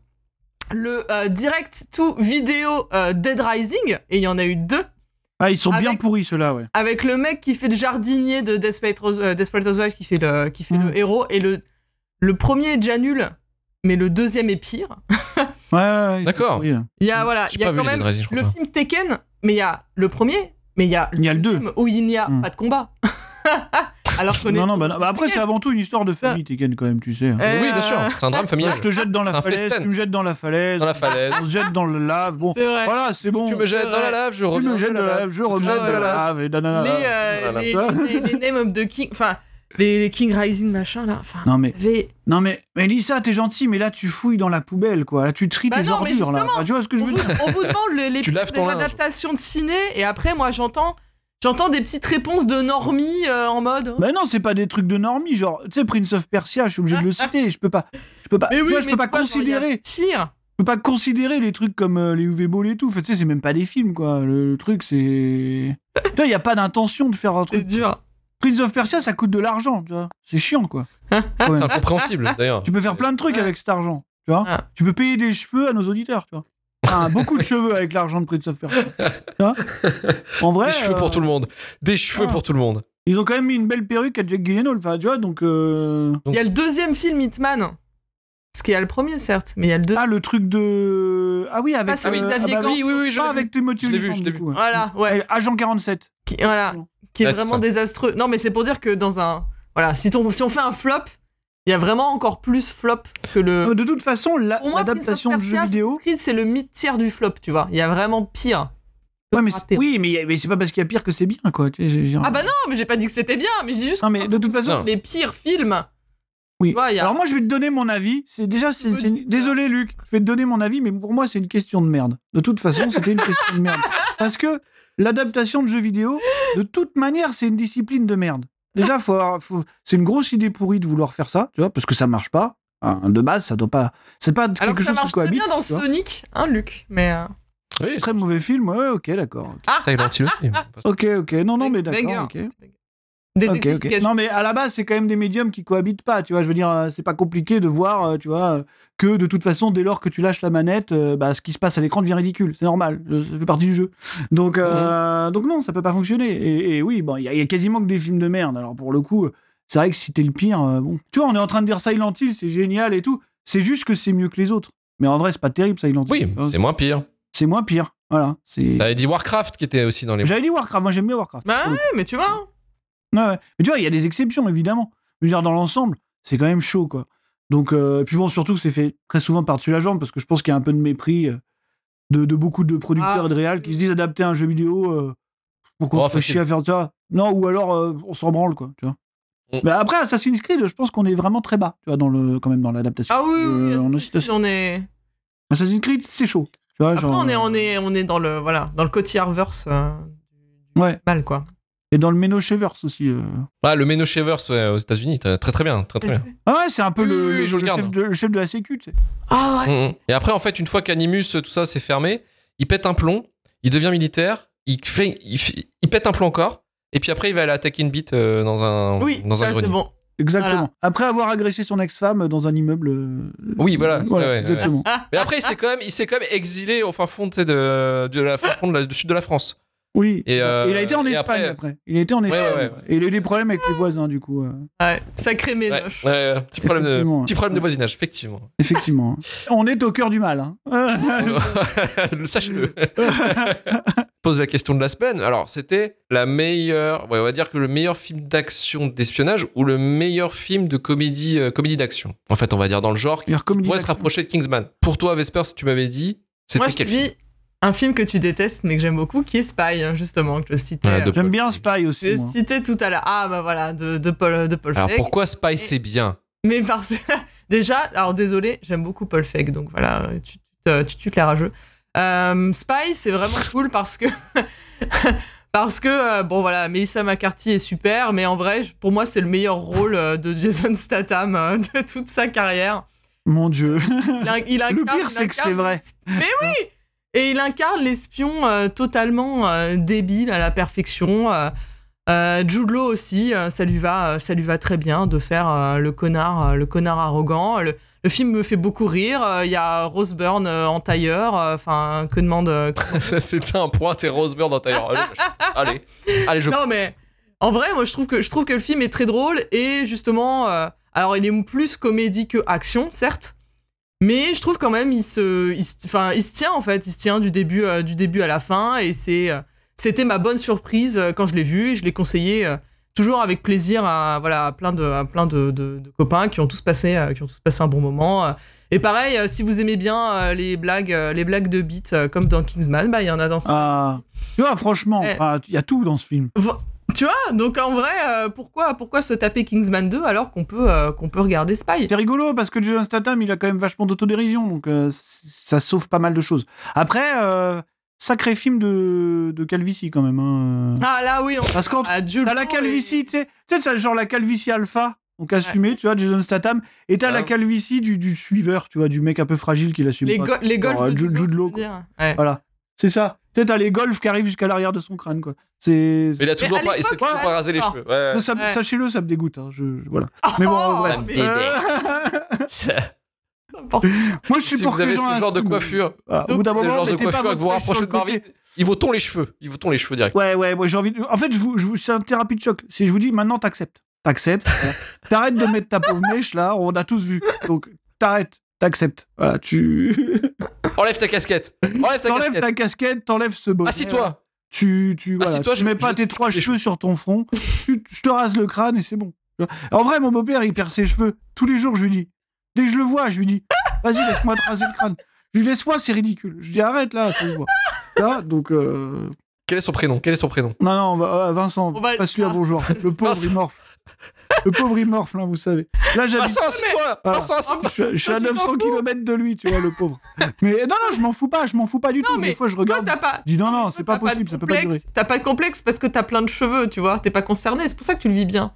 S3: Le euh, direct to vidéo euh, Dead Rising et il y en a eu deux.
S2: Ah, ils sont bien
S3: Avec-
S2: pourris, ceux-là, ouais.
S3: avec le mec qui fait le jardinier de Desperate, Rose- euh, Desperate Housewives qui fait le qui fait
S2: Mm.
S3: le héros et le le premier est déjà nul mais le deuxième est pire.
S2: Ouais, ouais, ouais, ils sont
S1: D'accord.
S2: pourris, hein. là.
S3: Il y a voilà,
S1: Mm. J'ai
S3: il y a
S1: pas vu
S3: quand
S1: les Dead
S3: même
S1: Rising, je crois.
S3: le
S1: pas.
S3: film Tekken mais il y a le premier mais il y a
S2: Il y a le deux.
S3: deuxième où il n'y a
S1: Hmm.
S2: Mm.
S3: pas de combat. Alors qu'on est
S2: Non, non, bah, non. Bah, après, c'est avant tout une histoire de
S3: Ça.
S2: famille, Tekken, quand même, tu sais.
S3: Euh,
S1: Oui, bien sûr, c'est un drame
S2: Là,
S1: familial.
S2: je te Ah, jette dans
S1: Eh, C'est un
S2: la falaise,
S1: festin.
S2: tu me jettes dans la falaise,
S1: Dans la falaise.
S2: on se jette dans le lave. Bon,
S3: C'est vrai.
S2: voilà, c'est bon.
S1: Tu me jettes dans la lave, Ah, je
S2: Tu
S1: reviens.
S2: me jettes
S1: dans
S2: dans la lave, je remets
S1: jettes
S2: dans la lave, et nanana.
S3: Les, euh,
S1: Voilà.
S3: les, les- les Name of the King enfin les, les King Rising machin là enfin
S2: Non, mais,
S3: il y avait-
S2: non, mais, mais Lisa, t'es gentille, mais là, tu fouilles dans la poubelle, quoi. Là, tu tries
S3: Bah
S2: tes
S3: non, mais
S2: ordures, là.
S3: justement,
S2: Enfin, tu vois ce que je
S3: on
S2: veux
S3: vous,
S2: dire
S3: on vous demande les, les,
S1: Tu laves
S3: les
S1: ton linge.
S3: adaptations de ciné et après moi j'entends J'entends des petites réponses de Normie euh, en mode.
S2: Mais non, c'est pas des trucs de normie, genre, tu sais, Prince of Persia, je suis obligé de le citer, je peux pas, je peux pas, tu vois, je peux pas
S3: toi, genre, il y a
S2: considérer,
S3: Pire.
S2: je peux pas considérer les trucs comme euh, les UV Ball et tout, Enfin, tu sais, c'est même pas des films, quoi, le, le truc, c'est... tu vois, y a pas d'intention de faire un
S3: C'est
S2: truc.
S3: dur.
S2: Prince of Persia, ça coûte de l'argent, tu vois, c'est chiant, quoi. Quand même.
S1: C'est incompréhensible d'ailleurs.
S2: Tu peux faire plein de trucs
S3: Ouais.
S2: avec cet argent, tu vois.
S3: Ah.
S2: Tu peux payer des cheveux à nos auditeurs, tu vois. Enfin, beaucoup de cheveux avec l'argent de Prince of Persia. tu vois. en vrai,
S1: Des cheveux
S2: euh,
S1: pour tout le monde. Des cheveux
S2: ah.
S1: pour tout le monde.
S2: ils ont quand même mis une belle perruque à Jack Gyllenhaal, enfin, tu vois, donc... euh,
S3: Il y a le deuxième film Hitman. Ce qui est le premier, certes, mais il y a le deuxième.
S2: Ah, le truc de... Ah oui, avec...
S3: Ah, celui de Xavier
S2: ah bah
S3: Gorce.
S1: Euh, Oui, oui, oui, je
S2: Pas
S1: l'ai vu.
S2: avec Timothy
S1: Je l'ai vu,
S2: Olyphant,
S1: je l'ai
S2: du
S1: vu.
S2: coup, ouais.
S3: Voilà, ouais.
S2: Elle- Agent 47.
S3: Qui, voilà, qui est
S1: Ah, c'est
S3: vraiment
S1: ça.
S3: désastreux. Non, mais c'est pour dire que dans un. Voilà, si, ton- si on fait un flop, il y a vraiment encore plus flop que le.
S2: Euh, De toute façon, la-
S3: Pour moi, Prince of
S2: l'adaptation de
S3: Persia,
S2: jeux vidéo...
S3: Assassin's Creed, c'est le mid-tier du flop, tu vois. Il y a vraiment pire.
S2: Ouais, mais
S3: raté.
S2: c'est- oui, mais, y a- mais c'est pas parce qu'il y a pire que c'est bien, quoi. Tu sais, j'ai- j'ai-
S3: Ah bah non, mais j'ai pas dit que c'était bien, mais j'ai juste
S2: Non, mais de toute façon...
S1: Non.
S3: les pires films.
S2: Oui.
S3: Tu vois, il y a-
S2: Alors moi, je vais te donner mon avis. C'est déjà, c'est,
S3: peux
S2: c'est une-
S3: dire.
S2: désolé Luc, je vais te donner mon avis, mais pour moi, c'est une question de merde. De toute façon, c'était une question de merde. Parce que l'adaptation de jeux vidéo, de toute manière, c'est une discipline de merde. Déjà, faut, avoir- faut- c'est une grosse idée pourrie de vouloir faire ça, tu vois, parce que ça marche pas. Hein, De base, ça doit pas. C'est pas quelque
S3: Alors que ça
S2: chose qui
S3: marche très
S2: cohabite.
S3: bien dans
S2: tu vois.
S3: Sonic, hein, Luc. Mais euh,
S1: Oui,
S2: Très mauvais film. Ouais, ok, d'accord.
S1: Silent Hill aussi.
S2: Ok, ok. Non, non, mais d'accord.
S3: Banger.
S2: ok. Ok,
S3: Détective
S2: ok.
S3: Pikachu.
S2: Non, mais à la base, c'est quand même des médiums qui cohabitent pas, tu vois. Je veux dire, euh, c'est pas compliqué de voir, euh, tu vois, euh, que de toute façon, dès lors que tu lâches la manette, euh, bah, ce qui se passe à l'écran devient ridicule. C'est normal, euh, ça fait partie du jeu. Donc, euh, donc non, ça peut pas fonctionner. Et, et oui, bon, il y, a- il y a quasiment que des films de merde. Alors pour le coup, euh, c'est vrai que si t'es le pire, euh, bon, tu vois, on est en train de dire Silent Hill, c'est génial et tout. C'est juste que c'est mieux que les autres. Mais en vrai, c'est pas terrible Silent Hill.
S1: Oui,
S2: Euh,
S1: c'est moins pire.
S2: c'est moins pire. Voilà. C'est.
S1: T'avais dit Warcraft qui était aussi dans les.
S2: J'avais dit Warcraft. Moi, j'aime bien Warcraft.
S3: Bah
S2: Pour
S3: ouais, mais tu vois. hein.
S2: Ouais, ouais. Mais tu vois, il y a des exceptions, évidemment. Mais je veux dire, dans l'ensemble, c'est quand même chaud, quoi. Donc, euh, et puis bon, surtout, c'est fait très souvent par-dessus la jambe, parce que je pense qu'il y a un peu de mépris euh, de, de beaucoup de producteurs
S3: Ah.
S2: et de réals qui se disent adapter un jeu vidéo euh, pour qu'on
S1: Oh,
S2: se fasse
S1: facile.
S2: chier à faire ça. Non, ou alors euh, on s'en branle, quoi. Tu vois.
S1: Mm.
S2: Mais après, Assassin's Creed, je pense qu'on est vraiment très bas, tu vois, dans le, quand même, dans l'adaptation.
S3: Ah oui, oui,
S2: Euh,
S3: oui,
S2: en
S3: Assassin's Creed,
S2: incitation.
S3: on est.
S2: Assassin's Creed, c'est chaud. Tu vois,
S3: Après,
S2: genre, euh,
S3: on est, on est, on est dans le, voilà, dans le Cotillard-verse euh,
S2: Ouais.
S3: mal, quoi.
S2: Et dans le Ménocheverse aussi. euh.
S1: Ah, le Meno Shavers ouais, aux États-Unis. t'as- Très très bien, très très bien.
S2: Ah ouais, c'est un peu
S1: Oui,
S2: le,
S1: oui, oui,
S2: le-
S1: je
S2: le
S1: le garde.
S2: chef de, le chef de la Sécu, tu sais.
S3: Ah ouais.
S1: Mm, mm. Et après, en fait, une fois qu'Animus, tout ça, c'est fermé, il pète un plomb, il devient militaire, il, fait, il, fait- il pète un plomb encore, et puis après, il va aller attaquer une bite euh, dans un,
S3: Oui,
S1: dans un
S3: ça c'est
S1: grenier.
S3: bon.
S2: Exactement.
S3: Voilà.
S2: Après avoir agressé son ex-femme dans un immeuble. euh,
S1: Oui, voilà. Ouais, ouais,
S2: exactement.
S3: Ah,
S1: Mais après, il s'est quand même, il s'est quand même exilé au fin fond tu sais, de, de la fin fond de la- du sud de la France.
S2: Oui.
S1: Et,
S2: c'est ça.
S1: euh,
S2: il a été en
S1: et
S2: Espagne
S1: après-
S2: après... Il a été en
S1: ouais,
S2: Espagne.
S1: ouais.
S2: après. Et il a eu des problèmes avec les voisins du coup. euh,
S3: ouais, sacré
S1: Ouais,
S3: ménoche.
S1: ouais, ouais, petit problème,
S2: Effectivement,
S1: de,
S2: ouais.
S1: petit problème de voisinage, effectivement.
S2: effectivement. On est au cœur du mal. hein.
S1: Le- Sachez-le. Pose la question de la semaine. Alors, c'était la meilleure, ouais, on va dire que le meilleur film d'action d'espionnage ou le meilleur film de comédie, euh, comédie d'action. En fait, on va dire dans le genre
S2: Il recommande-
S1: pourrait se rapprocher de Kingsman. Pour toi, Vesper, si tu m'avais dit, c'était
S3: Moi, je te
S1: quel film
S3: dis un film que tu détestes, mais que j'aime beaucoup, qui est Spy, hein, justement, que je citais.
S1: Ah, de-
S3: euh,
S2: J'aime bien Spy aussi.
S3: je
S2: moi.
S3: citais tout à l'heure. Ah, bah voilà, de, de Paul, de Paul
S1: Alors
S3: Feig.
S1: pourquoi Spy c'est bien
S3: Mais parce déjà, alors désolé, j'aime beaucoup Paul Feig, donc voilà, tu, tu te- tu tues Clara Jeu. Euh, Spy, c'est vraiment cool parce que. parce que, euh, bon voilà, Melissa McCarthy est super, mais en vrai, je- pour moi, c'est le meilleur rôle euh, de Jason Statham euh, de toute sa carrière.
S2: Mon Dieu.
S3: Il, a- il
S2: Le
S3: incarne-
S2: pire,
S3: il
S2: c'est que
S3: incarne-
S2: c'est vrai.
S3: Mais oui Et il incarne l'espion euh, totalement euh, débile à la perfection. Euh, euh, Jude Law aussi, euh, ça lui va, euh, ça lui va très bien de faire euh, le connard, euh, le connard arrogant. Le, le film me fait beaucoup rire. Euh, Il y a Rose Byrne euh, en tailleur. euh, Enfin, que demande euh,
S1: Ça, C'était un point, t'es Roseburn dans Tyler. Allez, allez, je.
S3: Non, mais en vrai, moi, je trouve que je trouve que le film est très drôle et justement, euh, alors il est plus comédie que action, certes, mais je trouve quand même il se, il se- enfin, il se tient en fait, il se tient du début, euh, du début à la fin et c'est, euh, c'était ma bonne surprise euh, quand je l'ai vu et je l'ai conseillé. euh, Toujours avec plaisir à voilà à plein de à plein de, de- de copains qui ont tous passé euh, qui ont tous passé un bon moment Euh, et pareil euh, si vous aimez bien euh, les blagues euh, les blagues de beat euh, comme dans Kingsman bah il y en a dans ça
S2: Ah, tu vois, franchement,
S3: Eh.
S2: ah, il y a tout dans ce film.
S3: Tu vois, donc en vrai, euh, pourquoi, pourquoi se taper Kingsman 2 alors qu'on peut, euh, qu'on peut regarder Spy
S2: C'est rigolo parce que Jason Statham, il a quand même vachement d'autodérision, donc euh, c- ça sauve pas mal de choses. Après, euh, sacré film de, de calvitie quand même. hein.
S3: Ah là, oui, on
S2: Parce qu'en
S3: à Jules
S2: T'as la
S3: Pro
S2: calvitie, tu sais, tu sais, t'as genre la calvitie alpha, donc assumée, tu vois, Jason Statham, et t'as
S1: Ah.
S2: la calvitie du, du suiveur, tu vois, du mec un peu fragile qui
S3: et
S2: l'assume
S3: Les,
S2: pas.
S3: go- les golfs
S2: Genre,
S3: de
S2: Oh, Jude-
S3: Jude
S2: Jude Law,
S3: je veux dire. Ouais.
S2: Voilà, c'est ça. Tu sais, t'as les golfs qui arrivent jusqu'à l'arrière de son crâne, quoi. C'est.
S1: Mais il a
S3: Mais
S1: toujours
S3: à
S1: pas, il s'est
S3: l'époque,
S1: toujours
S3: ouais.
S1: pas rasé les
S3: Ah.
S1: cheveux. Ouais, ouais.
S2: Ça-
S3: Ouais.
S2: Sachez-le, ça me dégoûte. hein, Je, je- voilà. Mais bon,
S3: Oh,
S2: bref.
S3: mais
S1: Des
S2: Ah, Moi, je suis
S1: Si
S2: pour
S1: vous
S2: que
S1: avez
S2: les
S1: ce
S2: gens
S1: genre de
S2: assument.
S1: coiffure,
S2: Voilà, Au bout d'un
S1: ce
S2: moment,
S1: genre de
S2: mettez pas
S1: coiffure, que
S2: votre
S1: vous
S2: pêche sur
S1: rapprochez
S2: le
S1: de Marvin,
S2: côté.
S1: ils vous tondent les cheveux. Ils vous tondent les cheveux direct.
S2: Ouais, ouais, moi j'ai envie. de- En fait, je vous, je vous- c'est un thérapie de choc. C'est, je vous dis, maintenant t'acceptes, t'acceptes. voilà. T'arrêtes de mettre ta pauvre mèche là. On a tous vu. Donc t'arrêtes, t'acceptes. Voilà, tu
S1: Enlève ta casquette. Enlève ta
S2: t'enlèves
S1: casquette. Ah,
S2: ta casquette, t'enlèves ce
S3: Ah,
S2: bonnet.
S1: Assis-toi.
S2: Tu, tu, voilà,
S1: Assis-toi,
S2: tu
S1: Ah, je-
S2: mets pas
S1: je-
S2: tes trois
S1: je-
S2: cheveux sur ton front. tu, je te rase le crâne et c'est bon. En vrai, mon beau-père, il perd ses cheveux tous les jours. Je lui dis, dès que je le vois, je lui dis, vas-y, laisse-moi te raser le crâne. Je lui dis, laisse-moi, c'est ridicule. Je lui dis, arrête là, ça se voit. Là, donc. euh,
S1: Quel est son prénom Quel est son prénom
S2: Non, non, on va- euh, Vincent,
S3: On va-
S2: passe-lui à bon joueur. Le pauvre,
S1: Vincent.
S2: il morfle. Le pauvre, il morfle, hein, vous savez. Là, j'habite.
S1: Vincent, assis-toi.
S2: Ah.
S1: Vincent, assis-toi.
S2: Je, suis- je suis
S3: Toi,
S2: à
S3: tu t'en
S2: 900
S3: fous.
S2: km de lui, tu vois, le pauvre. Mais non, non, je m'en fous pas, je m'en fous pas du
S3: Non,
S2: tout.
S3: mais
S2: Des fois, je
S3: Toi,
S2: regarde.
S3: t'as pas.
S2: Je dis non, non,
S3: toi,
S2: c'est
S3: t'as
S2: pas possible,
S3: de
S2: ça peut pas durer.
S3: complexe. T'as pas de complexe parce que t'as plein de cheveux, tu vois. T'es pas concerné. C'est pour ça que tu le vis bien.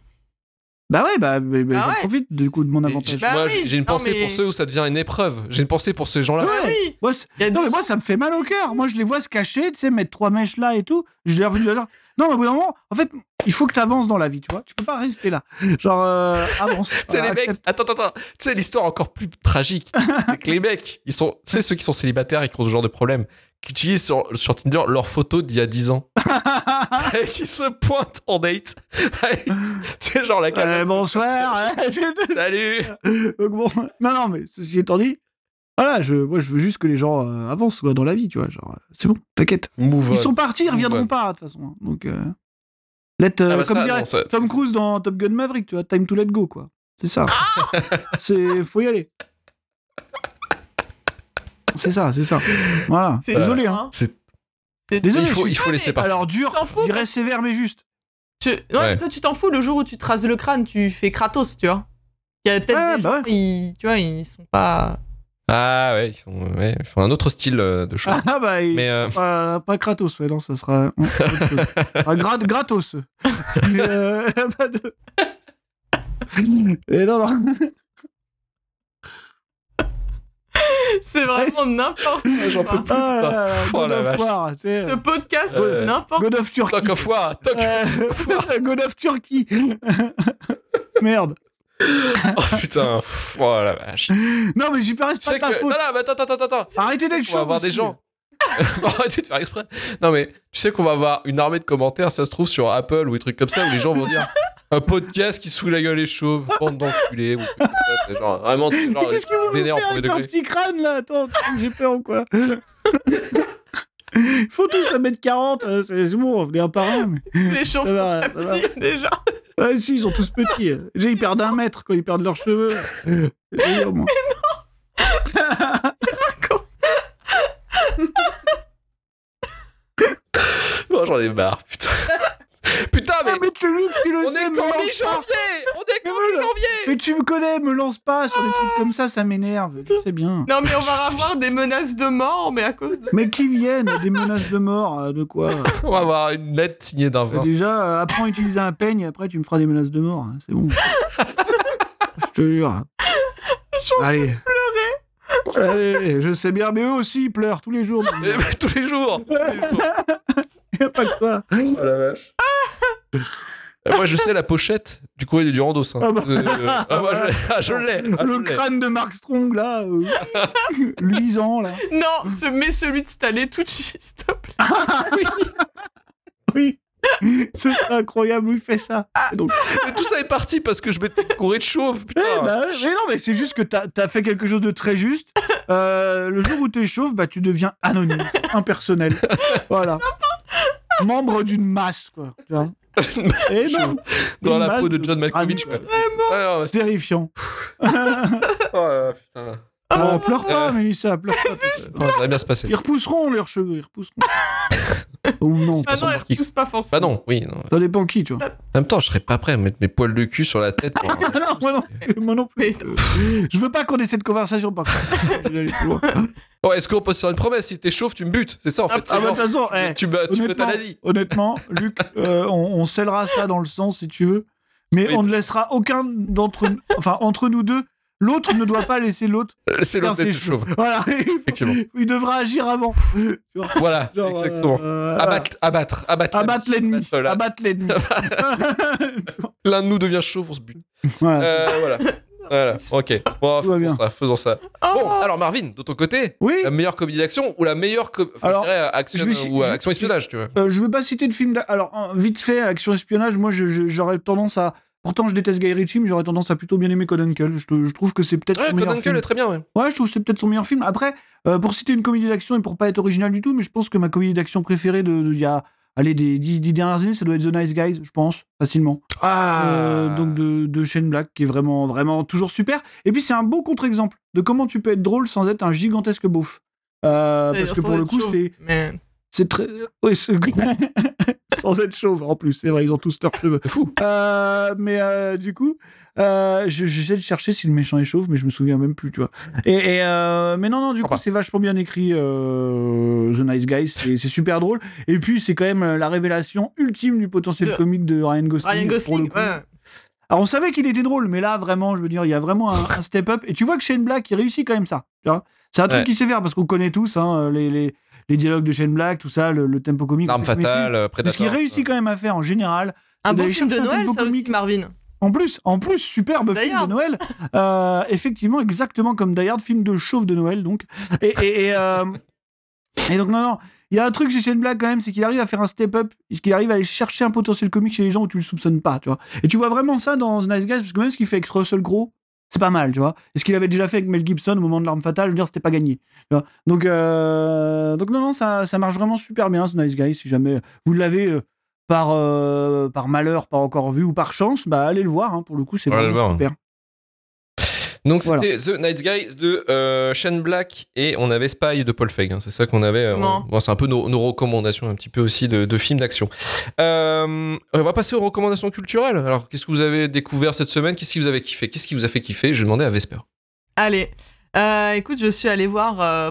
S2: Bah ouais, bah, mais- mais
S3: Ah
S2: j'en
S3: ouais.
S2: profite du coup de mon
S1: Et
S2: avantage.
S1: j'ai-
S3: Bah
S1: Moi,
S3: oui,
S1: j'ai j'ai une
S3: non,
S1: pensée
S3: mais-
S1: pour ceux où ça devient une épreuve. J'ai une pensée pour ces gens-là.
S2: Ouais.
S3: Ah oui.
S2: Moi, c'est-
S3: Y a
S2: non,
S3: des
S2: mais moi,
S3: gens-
S2: ça me fait mal au cœur. Moi, je les vois se cacher, tu sais, mettre trois mèches là et tout. Je l'ai revu tout à l'heure. Non, mais au bout d'un moment, en fait, il faut que t'avances dans la vie, tu vois. Tu peux pas rester là. Genre, euh, avance.
S1: Tu sais,
S2: Voilà,
S3: ah,
S1: les mecs,
S2: accepte.
S1: attends, attends, attends. tu sais, l'histoire encore plus tragique, c'est que les mecs, ils sont, c'est ceux qui sont célibataires et qui ont ce genre de problème, qui utilisent sur, sur Tinder leurs photos d'il y a 10 ans,
S2: Euh,
S3: Ah.
S1: et qui se pointent en date. c'est genre la
S2: Euh,
S1: calasse.
S2: bonsoir.
S1: Salut!
S2: Donc bon, non, non, mais ceci étant dit, voilà, je, moi je veux juste que les gens euh, avancent quoi, dans la vie, tu vois. Genre, euh, c'est bon, t'inquiète.
S1: Move
S2: Ils sont partis, ils
S1: Bon,
S2: reviendront
S1: bah.
S2: pas, de toute façon. hein. Donc, euh, let,
S1: Ah,
S2: euh, comme dirait Tom Cruise dans Top Gun Maverick, tu vois, time to let go, quoi. C'est ça.
S1: Ah
S2: c'est, faut y aller. C'est ça, c'est ça. Voilà.
S3: C'est-
S2: Désolé, hein.
S3: Hein.
S1: C'est...
S2: Désolé.
S1: il faut, il
S2: je suis-
S1: faut
S3: Ouais,
S1: laisser
S3: mais-
S1: partir.
S2: Alors dur,
S3: T'en fous,
S2: je dirais
S3: parce-
S2: sévère mais juste.
S3: Tu- ouais,
S1: Ouais.
S3: Toi, tu t'en fous le jour où tu te rases le crâne, tu fais Kratos, tu vois. Il y a peut-être
S2: Ouais,
S3: des
S2: bah
S3: gens, ils, tu vois, ils sont pas.
S1: Ah ouais, ils font, ouais, ils font un autre style euh, de choses.
S2: Ah bah, il-
S1: Mais euh,
S2: Pas, pas Kratos, ouais, non, ça sera. autre chose. Ah, Gra- gratos. Mais, euh, pas de- Et non, non.
S3: C'est vraiment n'importe quoi.
S1: j'en peux plus.
S2: Ah,
S1: putain.
S2: là, là,
S1: Oh,
S2: God
S1: la
S2: of
S1: vache.
S2: War, tu sais,
S3: Ce podcast,
S1: Euh,
S3: n'importe
S2: God of Turkey.
S1: Talk of war, talk.
S2: Euh, God of Turkey. Merde.
S1: Oh putain, pff, oh la vache. Tu
S2: Non, mais Super, c'est pas
S1: sais
S2: de ta
S1: que. Non,
S2: faute.
S1: non, mais attends, attends, attends, attends. Oh,
S2: Arrêtez d'être
S1: On
S2: chaud.
S1: va avoir
S2: vous
S1: des
S2: aussi.
S1: gens. Arrête de faire exprès. Non, mais tu sais qu'on va avoir une armée de commentaires, ça se trouve, sur Apple ou des trucs comme ça, où les gens vont dire un podcast qui se fout la gueule et chauve, bande d'enculés, ou des trucs comme ça, c'est genre vraiment. c'est
S2: Mais
S1: Genre,
S2: Qu'est-ce que vous voulez
S1: vénère en
S2: faire avec
S1: premier
S2: un
S1: degré.
S2: petit crâne là Attends, putain, j'ai peur ou quoi Ils font tous 1m40, euh, c'est c'est bon, venez un par un. mais-
S3: quoi. Les chauves
S2: Ça
S3: sont
S2: va,
S3: très
S2: ça va.
S3: petits déjà.
S2: Ah si, ils sont tous petits. Déjà, ils perdent un mètre quand ils perdent leurs cheveux. Mais non
S1: Oh, j'en ai marre, putain. Putain, mais.
S2: Ah, mais tu le, tu le
S1: On
S2: sais,
S1: est
S2: me
S1: qu'en
S2: lance pas.
S1: mi-janvier On est qu'en
S2: Mais voilà.
S1: mi-janvier
S2: Mais tu me connais, me lance pas sur des trucs comme ça, ça m'énerve. C'est bien.
S3: Non, mais on va avoir des menaces de mort, mais à cause de.
S2: Mais qui viennent Des menaces de mort, euh, de quoi
S1: On va avoir une lettre signée d'un
S2: Euh,
S1: vin.
S2: Déjà, euh, apprends à utiliser un peigne, après tu me feras des menaces de mort. hein, C'est bon. Je te jure. Allez. pleurer. Allez, je sais bien, mais eux aussi, ils pleurent tous les jours.
S1: Eh ben, Tous les jours Tous les jours.
S2: Y a pas que toi.
S1: Oh la vache. Euh, Moi je sais la pochette du courrier du Randos. hein.
S2: Ah bah.
S1: Euh, euh, ah, moi, je l'ai. Ah, je l'ai. Ah, je
S2: Le
S1: l'ai.
S2: crâne de Mark Strong, là, euh, luisant, là.
S3: Non, ce... mais celui de Stanley tout s'il te plaît.
S2: Oui. C'est incroyable, il fait ça.
S1: Ah,
S2: Donc,
S1: Mais tout ça est parti parce que je m'étais couré de chauve. Putain.
S2: eh ben, mais non, mais c'est juste que t'as as fait quelque chose de très juste. Euh, le jour où t'es chauve, bah, tu deviens anonyme, impersonnel. Voilà. Membre d'une masse, quoi. Tu vois. Eh non,
S1: Dans
S2: une
S1: la
S2: masse
S1: peau de John Malkovich.
S2: crâne.
S1: quoi. Ah, non, c'est-
S2: Terrifiant.
S1: oh là là, putain.
S2: Ah, pleure pas,
S1: Euh.
S2: Mélissa, pleure pas.
S1: Non, ça va bien se passer.
S2: Ils repousseront leurs cheveux, ils repousseront. Ou non.
S3: Ah
S1: façon,
S3: non, elle
S1: Marquis-
S3: repousse pas forcément.
S1: Bah non, oui. non.
S2: Ça dépend qui, tu vois.
S1: En même temps, je serais pas prêt à mettre mes poils de cul sur la tête. pour un-
S2: Ah non, moi non, moi non plus.
S3: Mais-
S2: Je veux pas qu'on ait cette conversation, par contre. Je vais aller plus loin.
S1: Bon, Oh, est-ce qu'on peut se faire une promesse Si t'es chauve, tu me butes. C'est ça, en
S3: Ah,
S1: fait. c'est
S2: Ah, bah, de
S1: genre,
S2: toute façon, eh,
S1: tu me, tu me
S2: honnêtement,
S1: l'euthanasie.
S2: honnêtement, Luc, euh, on, on scellera ça dans le sens, si tu veux. Mais
S1: Oui.
S2: on ne laissera aucun d'entre enfin, entre nous deux. L'autre ne doit pas laisser l'autre.
S1: Euh, C'est
S2: faire
S1: l'autre
S2: ses
S1: d'être
S2: cheveux.
S1: chauve.
S2: Voilà.
S1: Effectivement.
S2: Il devra agir avant. Tu vois,
S1: Voilà,
S2: genre,
S1: exactement.
S2: euh,
S1: Abattre, abattre, abattre. l'ami.
S2: Abattre l'ennemi.
S1: Abattre la-
S2: Abattre l'ennemi.
S1: L'un de nous devient chauve, on se bute.
S2: Voilà.
S1: Euh, voilà. Voilà, ok. Bon,
S2: Ah. Tout va bien.
S1: faisons ça, faisons ça.
S3: Oh,
S1: Bon, alors Marvin, de ton côté,
S2: Oui,
S1: la meilleure comédie d'action ou la meilleure com- enfin,
S2: Alors,
S1: je dirais, euh, action
S2: je vais-
S1: ou euh,
S2: je-
S1: action espionnage, tu vois.
S2: euh, je veux pas citer de film. d'a- Alors, en- vite fait, action espionnage, moi je- je- j'aurais tendance à. Pourtant, je déteste Guy Ritchie, mais j'aurais tendance à plôt bien aimer Code Uncle. Je, te- je trouve que c'est peut-être
S1: Ouais,
S2: son meilleur
S1: Conan
S2: film.
S1: Cole est très bien, ouais.
S2: Ouais, je trouve que c'est peut-être son meilleur film. Après, euh, pour citer une comédie d'action et pour pas être original du tout, mais je pense que ma comédie d'action préférée de, de- il y a allez, des dix, dix dernières années, ça doit être The Nice Guys, je pense, facilement.
S3: Ah.
S2: Euh, donc de, de Shane Black, qui est vraiment, vraiment toujours super. Et puis c'est un beau contre-exemple de comment tu peux être drôle sans être un gigantesque beauf. Euh,
S3: j'allais
S2: parce que
S3: dire
S2: pour
S3: sans
S2: le
S3: être
S2: coup,
S3: chauve,
S2: c'est
S3: Mais...
S2: c'est très. Oui, c'est- Sans être chauve en plus, c'est vrai, ils ont tous leurs cheveux.
S1: C'est fou.
S2: Euh, mais euh, du coup, euh, je- j'essaie de chercher si le méchant est chauve, mais je me souviens même plus, tu vois. Et, et, euh, mais non, non, du
S1: Ah
S2: coup,
S1: bah.
S2: c'est vachement bien écrit, euh, The Nice Guys, c'est c'est super drôle. Et puis, c'est quand même euh, la révélation ultime du potentiel
S3: De-
S2: comique de Ryan Gosling.
S3: Ryan
S2: pour le
S3: Gosling,
S2: coup.
S3: ouais.
S2: Alors, on savait qu'il était drôle, mais là, vraiment, je veux dire, il y a vraiment un, un step-up. Et tu vois que Shane Black, il réussit quand même ça. tu vois. C'est un truc
S1: Ouais.
S2: qui sait faire, parce qu'on connaît tous hein, les, les, les dialogues de Shane Black, tout ça, le, le tempo comique. on
S1: Arme
S2: sait qu'il maîtrise.
S1: fatale, euh,
S2: Mais
S1: Predator.
S2: ce qu'il réussit quand même à faire en général.
S3: Un
S2: c'est
S3: beau
S2: d'aller
S3: film de
S2: chercher un
S3: Noël,
S2: tempo
S3: ça aussi,
S2: comique.
S3: Marvin.
S2: En plus, en plus, superbe film de
S3: D'ailleurs.
S2: Noël. Euh, effectivement, exactement comme Die Hard, film de chauve de Noël, donc. Et, et, et, euh, et donc, non, non. Il y a un truc chez Shane Black quand même, c'est qu'il arrive à faire un step-up, qu'il arrive à aller chercher un potentiel comique chez les gens où tu le soupçonnes pas, tu vois. Et tu vois vraiment ça dans The Nice Guys, parce que même ce qu'il fait avec Russell Crowe, c'est pas mal, tu vois. Et ce qu'il avait déjà fait avec Mel Gibson au moment de l'arme fatale, je veux dire, c'était pas gagné. Tu vois. Donc, euh, donc non, non, ça, ça marche vraiment super bien, ce Nice Guy. Si jamais vous l'avez euh, par, euh, par malheur, pas encore vu ou par chance, bah allez le voir. hein. pour le coup, c'est
S1: Ouais, allez le voir.
S2: vraiment super.
S1: Donc
S2: Voilà.
S1: c'était The Night Guy de euh, Shane Black et on avait Spy de Paul Feig. hein. C'est ça qu'on avait. euh,
S3: Non.
S1: on- bon, c'est un peu nos, nos recommandations un petit peu aussi de, de films d'action. Euh, on va passer aux recommandations culturelles. Alors qu'est-ce que vous avez découvert cette semaine Qu'est-ce qui vous avez kiffé Qu'est-ce qui vous a fait kiffer Je demandais à Vesper.
S3: Allez. Euh, écoute, je suis allée voir euh,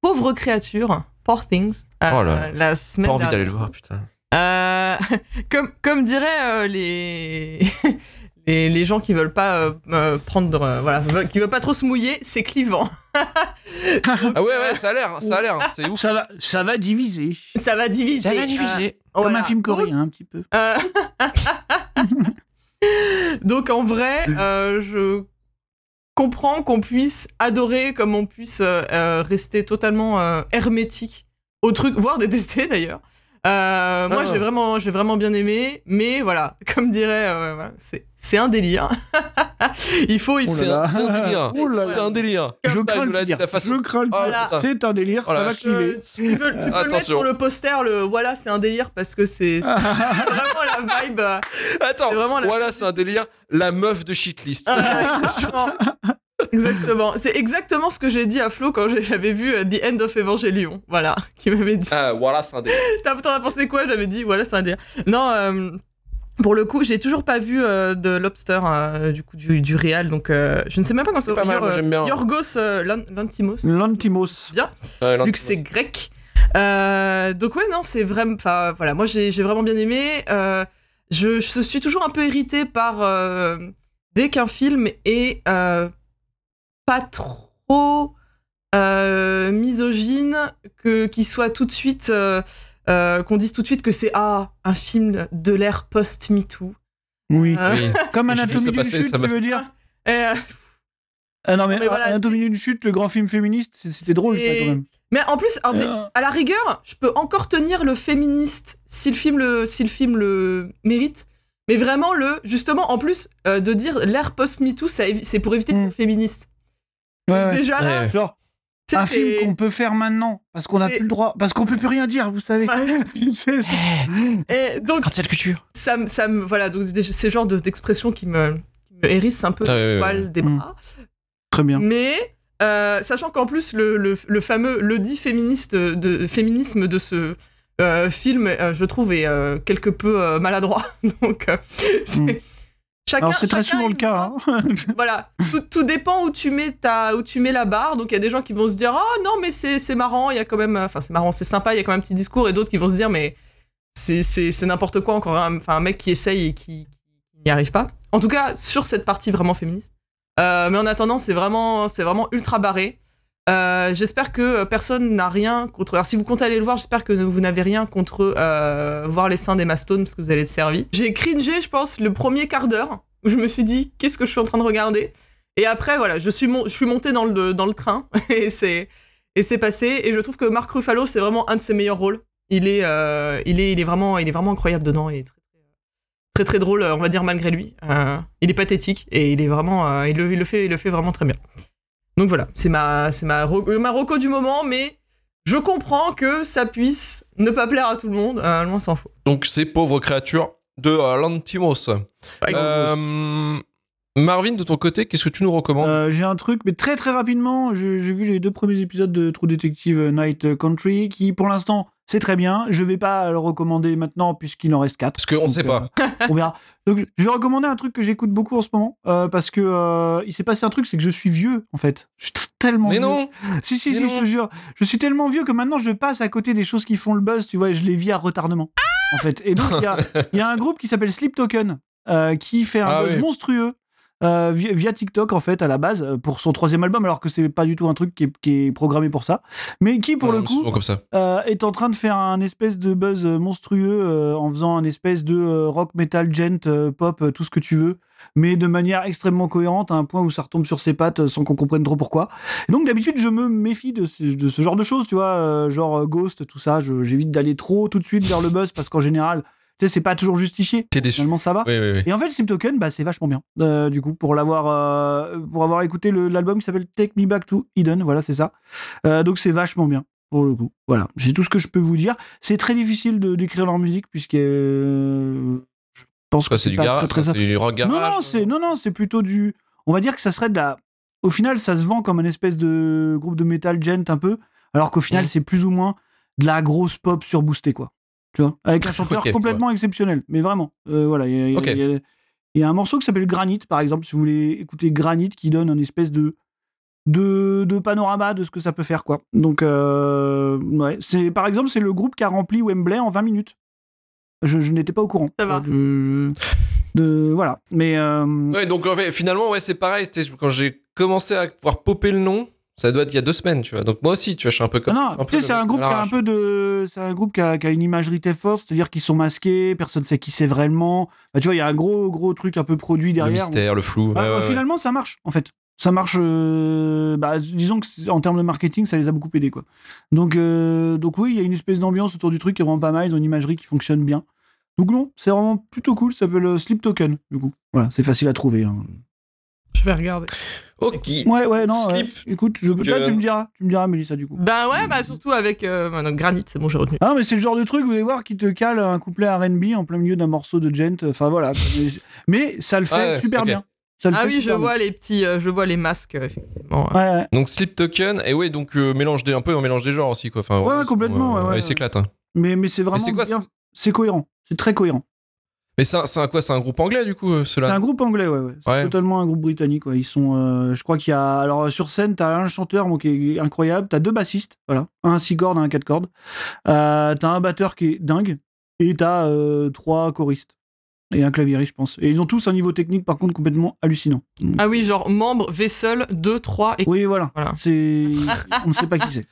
S3: Pauvre créature, Poor Things, euh,
S1: Oh là là.
S3: la
S1: Pas
S3: semaine
S1: envie d'aller
S3: dernière.
S1: le voir, putain.
S3: Euh, comme, comme diraient euh, les, les, les gens qui veulent pas euh, euh, prendre. euh, voilà, veulent- qui veulent pas trop se mouiller, c'est clivant.
S1: Ah ouais, ouais, ça a l'air, ça a l'air, hein. c'est ouf.
S2: Ça va, ça va diviser.
S3: Ça va diviser. euh,
S2: Comme
S3: voilà.
S2: un film coréen, un petit peu.
S3: Euh, Donc en vrai, euh, je comprends qu'on puisse adorer comme on puisse euh, euh, rester totalement euh, hermétique au truc, voire détester d'ailleurs. Euh,
S2: Ah
S3: Moi,
S1: ouais.
S3: j'ai vraiment, j'ai vraiment bien aimé, mais voilà, comme dirait, euh, voilà, c'est, c'est un délire. il faut, il
S2: Oh
S3: faut.
S1: C'est
S2: là
S1: un-
S2: là.
S1: c'est un délire.
S2: Oh là là.
S1: C'est un délire.
S2: Je
S1: Putain,
S2: crains
S1: il nous
S2: le
S1: l'a dit
S2: délire.
S1: de la façon.
S2: Je crains le
S1: Oh,
S3: Voilà.
S1: putain.
S2: C'est un délire,
S1: Oh là
S2: ça
S1: là.
S2: va
S3: Euh,
S2: cliver.
S3: tu peux, tu peux le mettre
S1: Attention.
S3: sur le poster, le voilà, c'est un délire parce que c'est, c'est vraiment la vibe. euh,
S1: Attends,
S3: C'est vraiment la-
S1: voilà, c'est un délire. La meuf de shitlist.
S3: Ah, exactement. Exactement. C'est exactement ce que j'ai dit à Flo quand j'ai- j'avais vu euh, The End of Evangelion. Voilà. Qui m'avait dit.
S1: Ah, voilà, c'est un délire.
S3: T'as t'en as pensé quoi J'avais dit, voilà, c'est un délire. Non, euh, pour le coup, j'ai toujours pas vu euh, de Lobster, euh, du coup, du, du Real. Donc, euh, je ne sais même pas quand
S1: C'est pas mal, moi, j'aime bien.
S3: Yorgos euh, Lan- Lantimos,
S2: Lantimos.
S1: Ouais, non,
S3: vu que c'est grec. Euh, donc, ouais, non, c'est vraiment. Enfin, voilà, moi, j'ai j'ai vraiment bien aimé. Euh, je, je suis toujours un peu irritée par. euh, dès qu'un film est euh, pas trop euh, misogyne, que qu'il soit tout de suite, euh, euh, qu'on dise tout de suite que c'est ah un film de l'ère post MeToo.
S2: Oui.
S3: Euh,
S1: Oui.
S2: Comme
S1: j'ai vu ça
S2: Anatomie d'une
S1: passer,
S2: chute,
S1: ça
S2: tu
S1: m'a-
S2: veux dire
S3: Et, euh,
S2: Ah non, mais,
S3: mais voilà.
S2: Anatomie d'une chute, le grand film féministe, c'est- c'était drôle, ça,
S3: Et-
S2: quand même.
S3: mais en plus, alors, des-
S1: Ah.
S2: Euh,
S3: à la rigueur, je peux encore tenir le féministe si le film le, si le, film le mérite. Mais vraiment, le, justement, en plus euh, de dire l'ère post-MeToo, ça évi- c'est pour éviter de
S2: Mm.
S3: dire féministe.
S2: ouais, ouais.
S3: Déjà là,
S1: Ouais.
S2: Genre,
S3: tu sais,
S2: un
S3: t'es-
S2: film qu'on peut faire maintenant parce qu'on n'a
S3: Et-
S2: plus le droit parce qu'on peut plus rien dire vous savez C'est-
S3: Et donc,
S1: Quand c'est la culture.
S3: ça me, ça me- voilà, donc c'est ces genres de- d'expressions qui me, qui me hérissent un peu
S1: Ah,
S3: le
S1: oui, oui,
S3: poil des
S2: Mm.
S3: bras.
S2: très bien
S3: Mais euh, sachant qu'en plus le, le- le fameux le dit féministe de, féminisme de ce euh, film, euh, je trouve, est euh, quelque peu euh, maladroit. Donc, euh, c'est-
S2: Mm.
S3: chacun.
S2: Alors, c'est très
S3: chacun
S2: souvent
S3: y
S2: le cas.
S3: voit.
S2: hein.
S3: Voilà, tout, tout dépend où tu mets ta, où tu mets la barre. Donc il y a des gens qui vont se dire oh non mais c'est c'est marrant, il y a quand même, enfin c'est marrant, c'est sympa, il y a quand même un petit discours, et d'autres qui vont se dire mais c'est c'est c'est n'importe quoi encore, un, enfin un mec qui essaye et qui qui n'y arrive pas. En tout cas sur cette partie vraiment féministe. Euh, mais en attendant c'est vraiment c'est vraiment ultra barré. Euh, j'espère que personne n'a rien contre. Alors, si vous comptez aller le voir, j'espère que vous n'avez rien contre euh, voir les seins d'Emma Stone parce que vous allez être servi. J'ai cringé, je pense, le premier quart d'heure où je me suis dit qu'est-ce que je suis en train de regarder. Et après, voilà, je suis, mon- je suis montée dans le, dans le train et c'est et c'est passé. Et je trouve que Marc Ruffalo, c'est vraiment un de ses meilleurs rôles. Il est, euh, il est, il est vraiment, il est vraiment incroyable dedans. Il est très, très, très drôle, on va dire malgré lui. Euh, il est pathétique et il est vraiment, euh, il, le, il le fait, il le fait vraiment très bien. Donc voilà, c'est ma, c'est ma, ro- ma roco du moment, mais je comprends que ça puisse ne pas plaire à tout le monde, euh, loin s'en faut.
S1: Donc ces pauvres créatures de euh, l'Antimos. Euh, Marvin, de ton côté, qu'est-ce que tu nous recommandes
S2: Euh, j'ai un truc, mais très très rapidement, je- j'ai vu les deux premiers épisodes de True Detective Night Country, qui pour l'instant c'est très bien. Je vais pas le recommander maintenant puisqu'il en reste quatre.
S1: Parce qu'on
S2: Donc,
S1: sait pas.
S2: euh, on verra. Donc je- je vais recommander un truc que j'écoute beaucoup en ce moment euh, parce que euh, il s'est passé un truc, c'est que je suis vieux en fait. Je suis t- tellement
S1: Mais
S2: vieux.
S1: non
S2: Si si
S1: Mais
S2: si,
S1: non.
S2: je te jure, je suis tellement vieux que maintenant je passe à côté des choses qui font le buzz. Tu vois, et je les vis à retardement. En fait, et donc il y a, il y a un groupe qui s'appelle Sleep Token euh, qui fait un
S1: Ah
S2: buzz
S1: oui.
S2: monstrueux euh, via, via TikTok en fait à la base euh, pour son troisième album alors que c'est pas du tout un truc qui est, qui est programmé pour ça mais qui pour
S1: Non,
S2: le
S1: c'est
S2: coup
S1: souvent comme ça.
S2: euh, est en train de faire un espèce de buzz euh, monstrueux euh, en faisant un espèce de euh, rock, metal, gent, euh, pop, euh, tout ce que tu veux, mais de manière extrêmement cohérente à un point où ça retombe sur ses pattes euh, sans qu'on comprenne trop pourquoi. Et donc d'habitude, je me méfie de ce, de ce genre de choses, tu vois, euh, genre euh, Ghost, tout ça. je- J'évite d'aller trop tout de suite vers le buzz parce qu'en général, tu sais, c'est pas toujours justifié.
S1: T'es déçu.
S2: Finalement, ça va.
S1: Oui, oui, oui.
S2: Et en fait, Sleep Token, bah, c'est vachement bien. Euh, du coup, pour l'avoir, euh, pour avoir écouté le- l'album qui s'appelle Take Me Back to Eden, voilà, c'est ça. Euh, donc, c'est vachement bien pour le coup. Voilà, c'est tout ce que je peux vous dire. C'est très difficile de décrire leur musique puisque euh, je pense que
S1: Quoi,
S2: c'est
S1: c'est du
S2: pas
S1: garage
S2: très, très
S1: C'est du rock garage
S2: non, non, c'est non, non, c'est plutôt du. On va dire que ça serait de la. Au final, ça se vend comme un espèce de groupe de metal gent un peu, alors qu'au final,
S1: Mhm.
S2: c'est plus ou moins de la grosse pop surboostée, quoi. Tu vois, avec un chanteur
S1: Ok,
S2: complètement exceptionnel, mais vraiment. Euh, voilà, il y a- il y, a-
S1: Ok.
S2: il y a- il y a un morceau qui s'appelle Granite, par exemple, si vous voulez écouter Granite, qui donne un espèce de de, de panorama de ce que ça peut faire quoi donc euh, ouais c'est par exemple c'est le groupe qui a rempli Wembley en 20 minutes je, je n'étais pas au courant
S3: Ça va.
S2: de, de- voilà mais euh,
S1: Ouais, donc en fait, finalement, ouais, c'est pareil. tu sais, Quand j'ai commencé à pouvoir popper le nom, ça doit être il y a deux semaines, tu vois. Donc moi aussi, tu vois, je suis un peu comme.
S2: non,
S1: un peu
S2: tu sais, c'est
S1: le-
S2: un groupe qui a un
S1: l'arrache.
S2: peu de, c'est un groupe qui a, qui a une imagerie très forte, c'est-à-dire qu'ils sont masqués, personne sait qui c'est vraiment. Bah, tu vois, il y a un gros, gros truc un peu produit
S1: Le
S2: derrière.
S1: mystère, le flou.
S2: Bah,
S1: ouais, ouais, ouais.
S2: Finalement, ça marche, en fait. Ça marche. euh, bah, disons que c'est- en termes de marketing, ça les a beaucoup aidés, quoi. Donc, euh, donc oui, il y a une espèce d'ambiance autour du truc qui est vraiment pas mal. Ils ont une imagerie qui fonctionne bien. Donc non, c'est vraiment plutôt cool. Ça s'appelle euh, Sleep Token, du coup. Voilà, c'est facile à trouver. hein.
S3: Je vais regarder.
S1: Ok.
S2: Ouais, ouais, non.
S1: Sleep
S2: ouais. Écoute, je, là, tu me diras, tu me diras, Mélissa, du coup.
S3: Ben ouais, bah surtout avec euh, bah, donc, Granit, c'est bon, j'ai retenu.
S2: Ah non, mais c'est le genre de truc, vous allez voir, qui te cale un couplet RB en plein milieu d'un morceau de gent. Enfin voilà. Mais, mais ça le fait
S1: Ah ouais,
S2: super
S1: ok.
S2: bien. Ça le
S3: Ah
S2: fait
S3: oui, je
S2: super bien.
S3: vois les petits, euh, je vois les masques, euh, effectivement.
S2: Ouais, ouais.
S1: Donc Sleep Token, et ouais, donc euh, mélange des, un peu, on mélange des genres aussi, quoi. Enfin,
S2: Ouais, ouais,
S1: ils sont,
S2: complètement, ouais, ouais,
S1: ils
S2: ouais.
S1: s'éclatent. hein.
S2: Mais, mais c'est vraiment
S1: c'est quoi,
S2: bien. C'est cohérent. C'est très cohérent.
S1: Mais c'est un, c'est un quoi C'est un groupe anglais, du coup, euh,
S2: C'est
S1: ceux-là
S2: un groupe anglais, ouais. ouais. C'est
S1: Ouais.
S2: totalement un groupe britannique. ouais. Ils sont, euh, je crois qu'il y a. Alors sur scène, t'as un chanteur bon, qui est incroyable. T'as deux bassistes, voilà, un six cordes, un quatre cordes. Euh, t'as un batteur qui est dingue et t'as euh, trois choristes et un clavieriste, je pense. Et ils ont tous un niveau technique, par contre, complètement hallucinant.
S3: Ah oui, genre membre, vaisselle, 2, 3 et...
S2: Oui, voilà.
S3: Voilà.
S2: C'est, on ne sait pas qui c'est.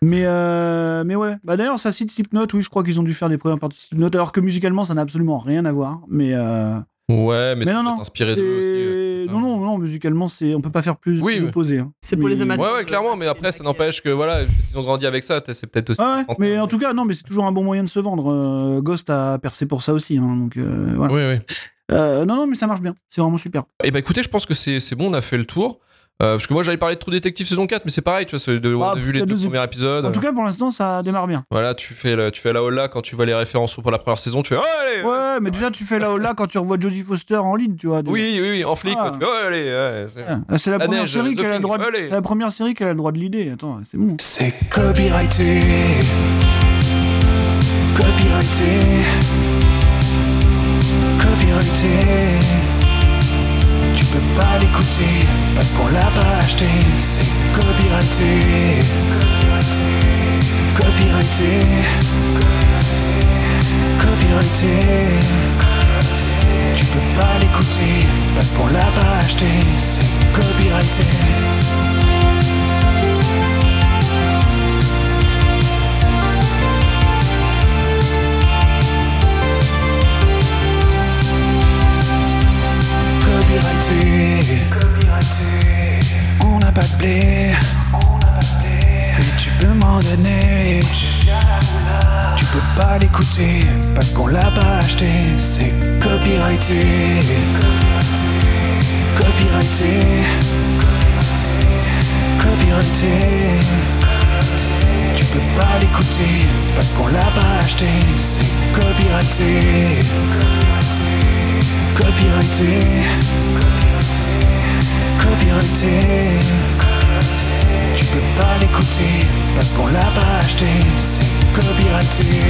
S2: Mais euh, mais ouais. Bah d'ailleurs, ça cite Slipknot. Oui, je crois qu'ils ont dû faire des premières parties de Slipknot, alors que musicalement, ça n'a absolument rien à voir. Mais euh,
S1: Ouais, mais,
S2: mais
S1: c'est
S2: non, non.
S1: inspiré d'eux aussi.
S2: c'est-
S1: euh,
S2: non, non, non, musicalement, c'est... on peut pas faire plus,
S1: Oui,
S2: plus
S1: oui.
S2: opposé. hein.
S3: C'est pour
S2: Mais-
S3: les amateurs.
S1: Ouais, ouais, clairement, mais
S3: C'est
S1: après, ça
S3: le mec qui-
S1: n'empêche que voilà, ils ont grandi avec ça, t'sais, c'est peut-être aussi.
S2: Ah Ouais, ouais, mais en tout cas, non, mais c'est toujours un bon moyen de se vendre. Euh, Ghost a percé pour ça aussi. hein, donc, euh, voilà.
S1: Oui, oui.
S2: Euh, non, non, mais ça marche bien. C'est vraiment super.
S1: Et bah écoutez, je pense que c'est c'est bon, on a fait le tour. Euh, parce que moi, j'avais parlé de Trou Détective saison 4, mais c'est pareil, tu vois, c'est de- on
S2: Ah,
S1: a vu les
S2: t'as
S1: deux
S2: deux ép-
S1: premiers épisodes.
S2: En tout cas, pour l'instant, ça démarre bien.
S1: Voilà, tu fais, la- tu fais la hola quand tu vois les références pour la première saison, tu fais allez euh,
S2: Ouais, mais déjà, tu fais là là quand tu revois Jodie Foster en ligne, tu vois. déjà.
S1: Oui, oui, oui, en flic, quoi,
S2: Ah.
S1: tu fais oh, allez ouais, c'est-
S2: Ouais, C'est la,
S1: La
S2: première
S1: neige,
S2: série
S1: The
S2: qu'elle a le
S1: Thing,
S2: droit. de-
S1: allez.
S2: C'est la première série qu'elle a le droit de l'idée. Attends, c'est bon.
S5: C'est copyrighté. Copyrighté. Copyrighté. Tu peux pas l'écouter parce qu'on l'a pas acheté. C'est copyrighté. Copyrighté. Copyrighté. Copyrighté. Copyrighté. Tu peux pas l'écouter parce qu'on l'a pas acheté. C'est copyrighté. Copyrighté, copyrighté. On n'a pas de blé, on n'a pas de blé. Mais tu peux m'en donner. Tu peux pas l'écouter parce qu'on l'a pas acheté. C'est copyrighté, copyrighté, copyrighté, copyrighté. Tu peux pas l'écouter parce qu'on l'a pas acheté. C'est copyrighté, copyrighté, copyrighté. Copyrighté. Tu peux pas l'écouter parce qu'on l'a pas acheté. C'est copyrighté.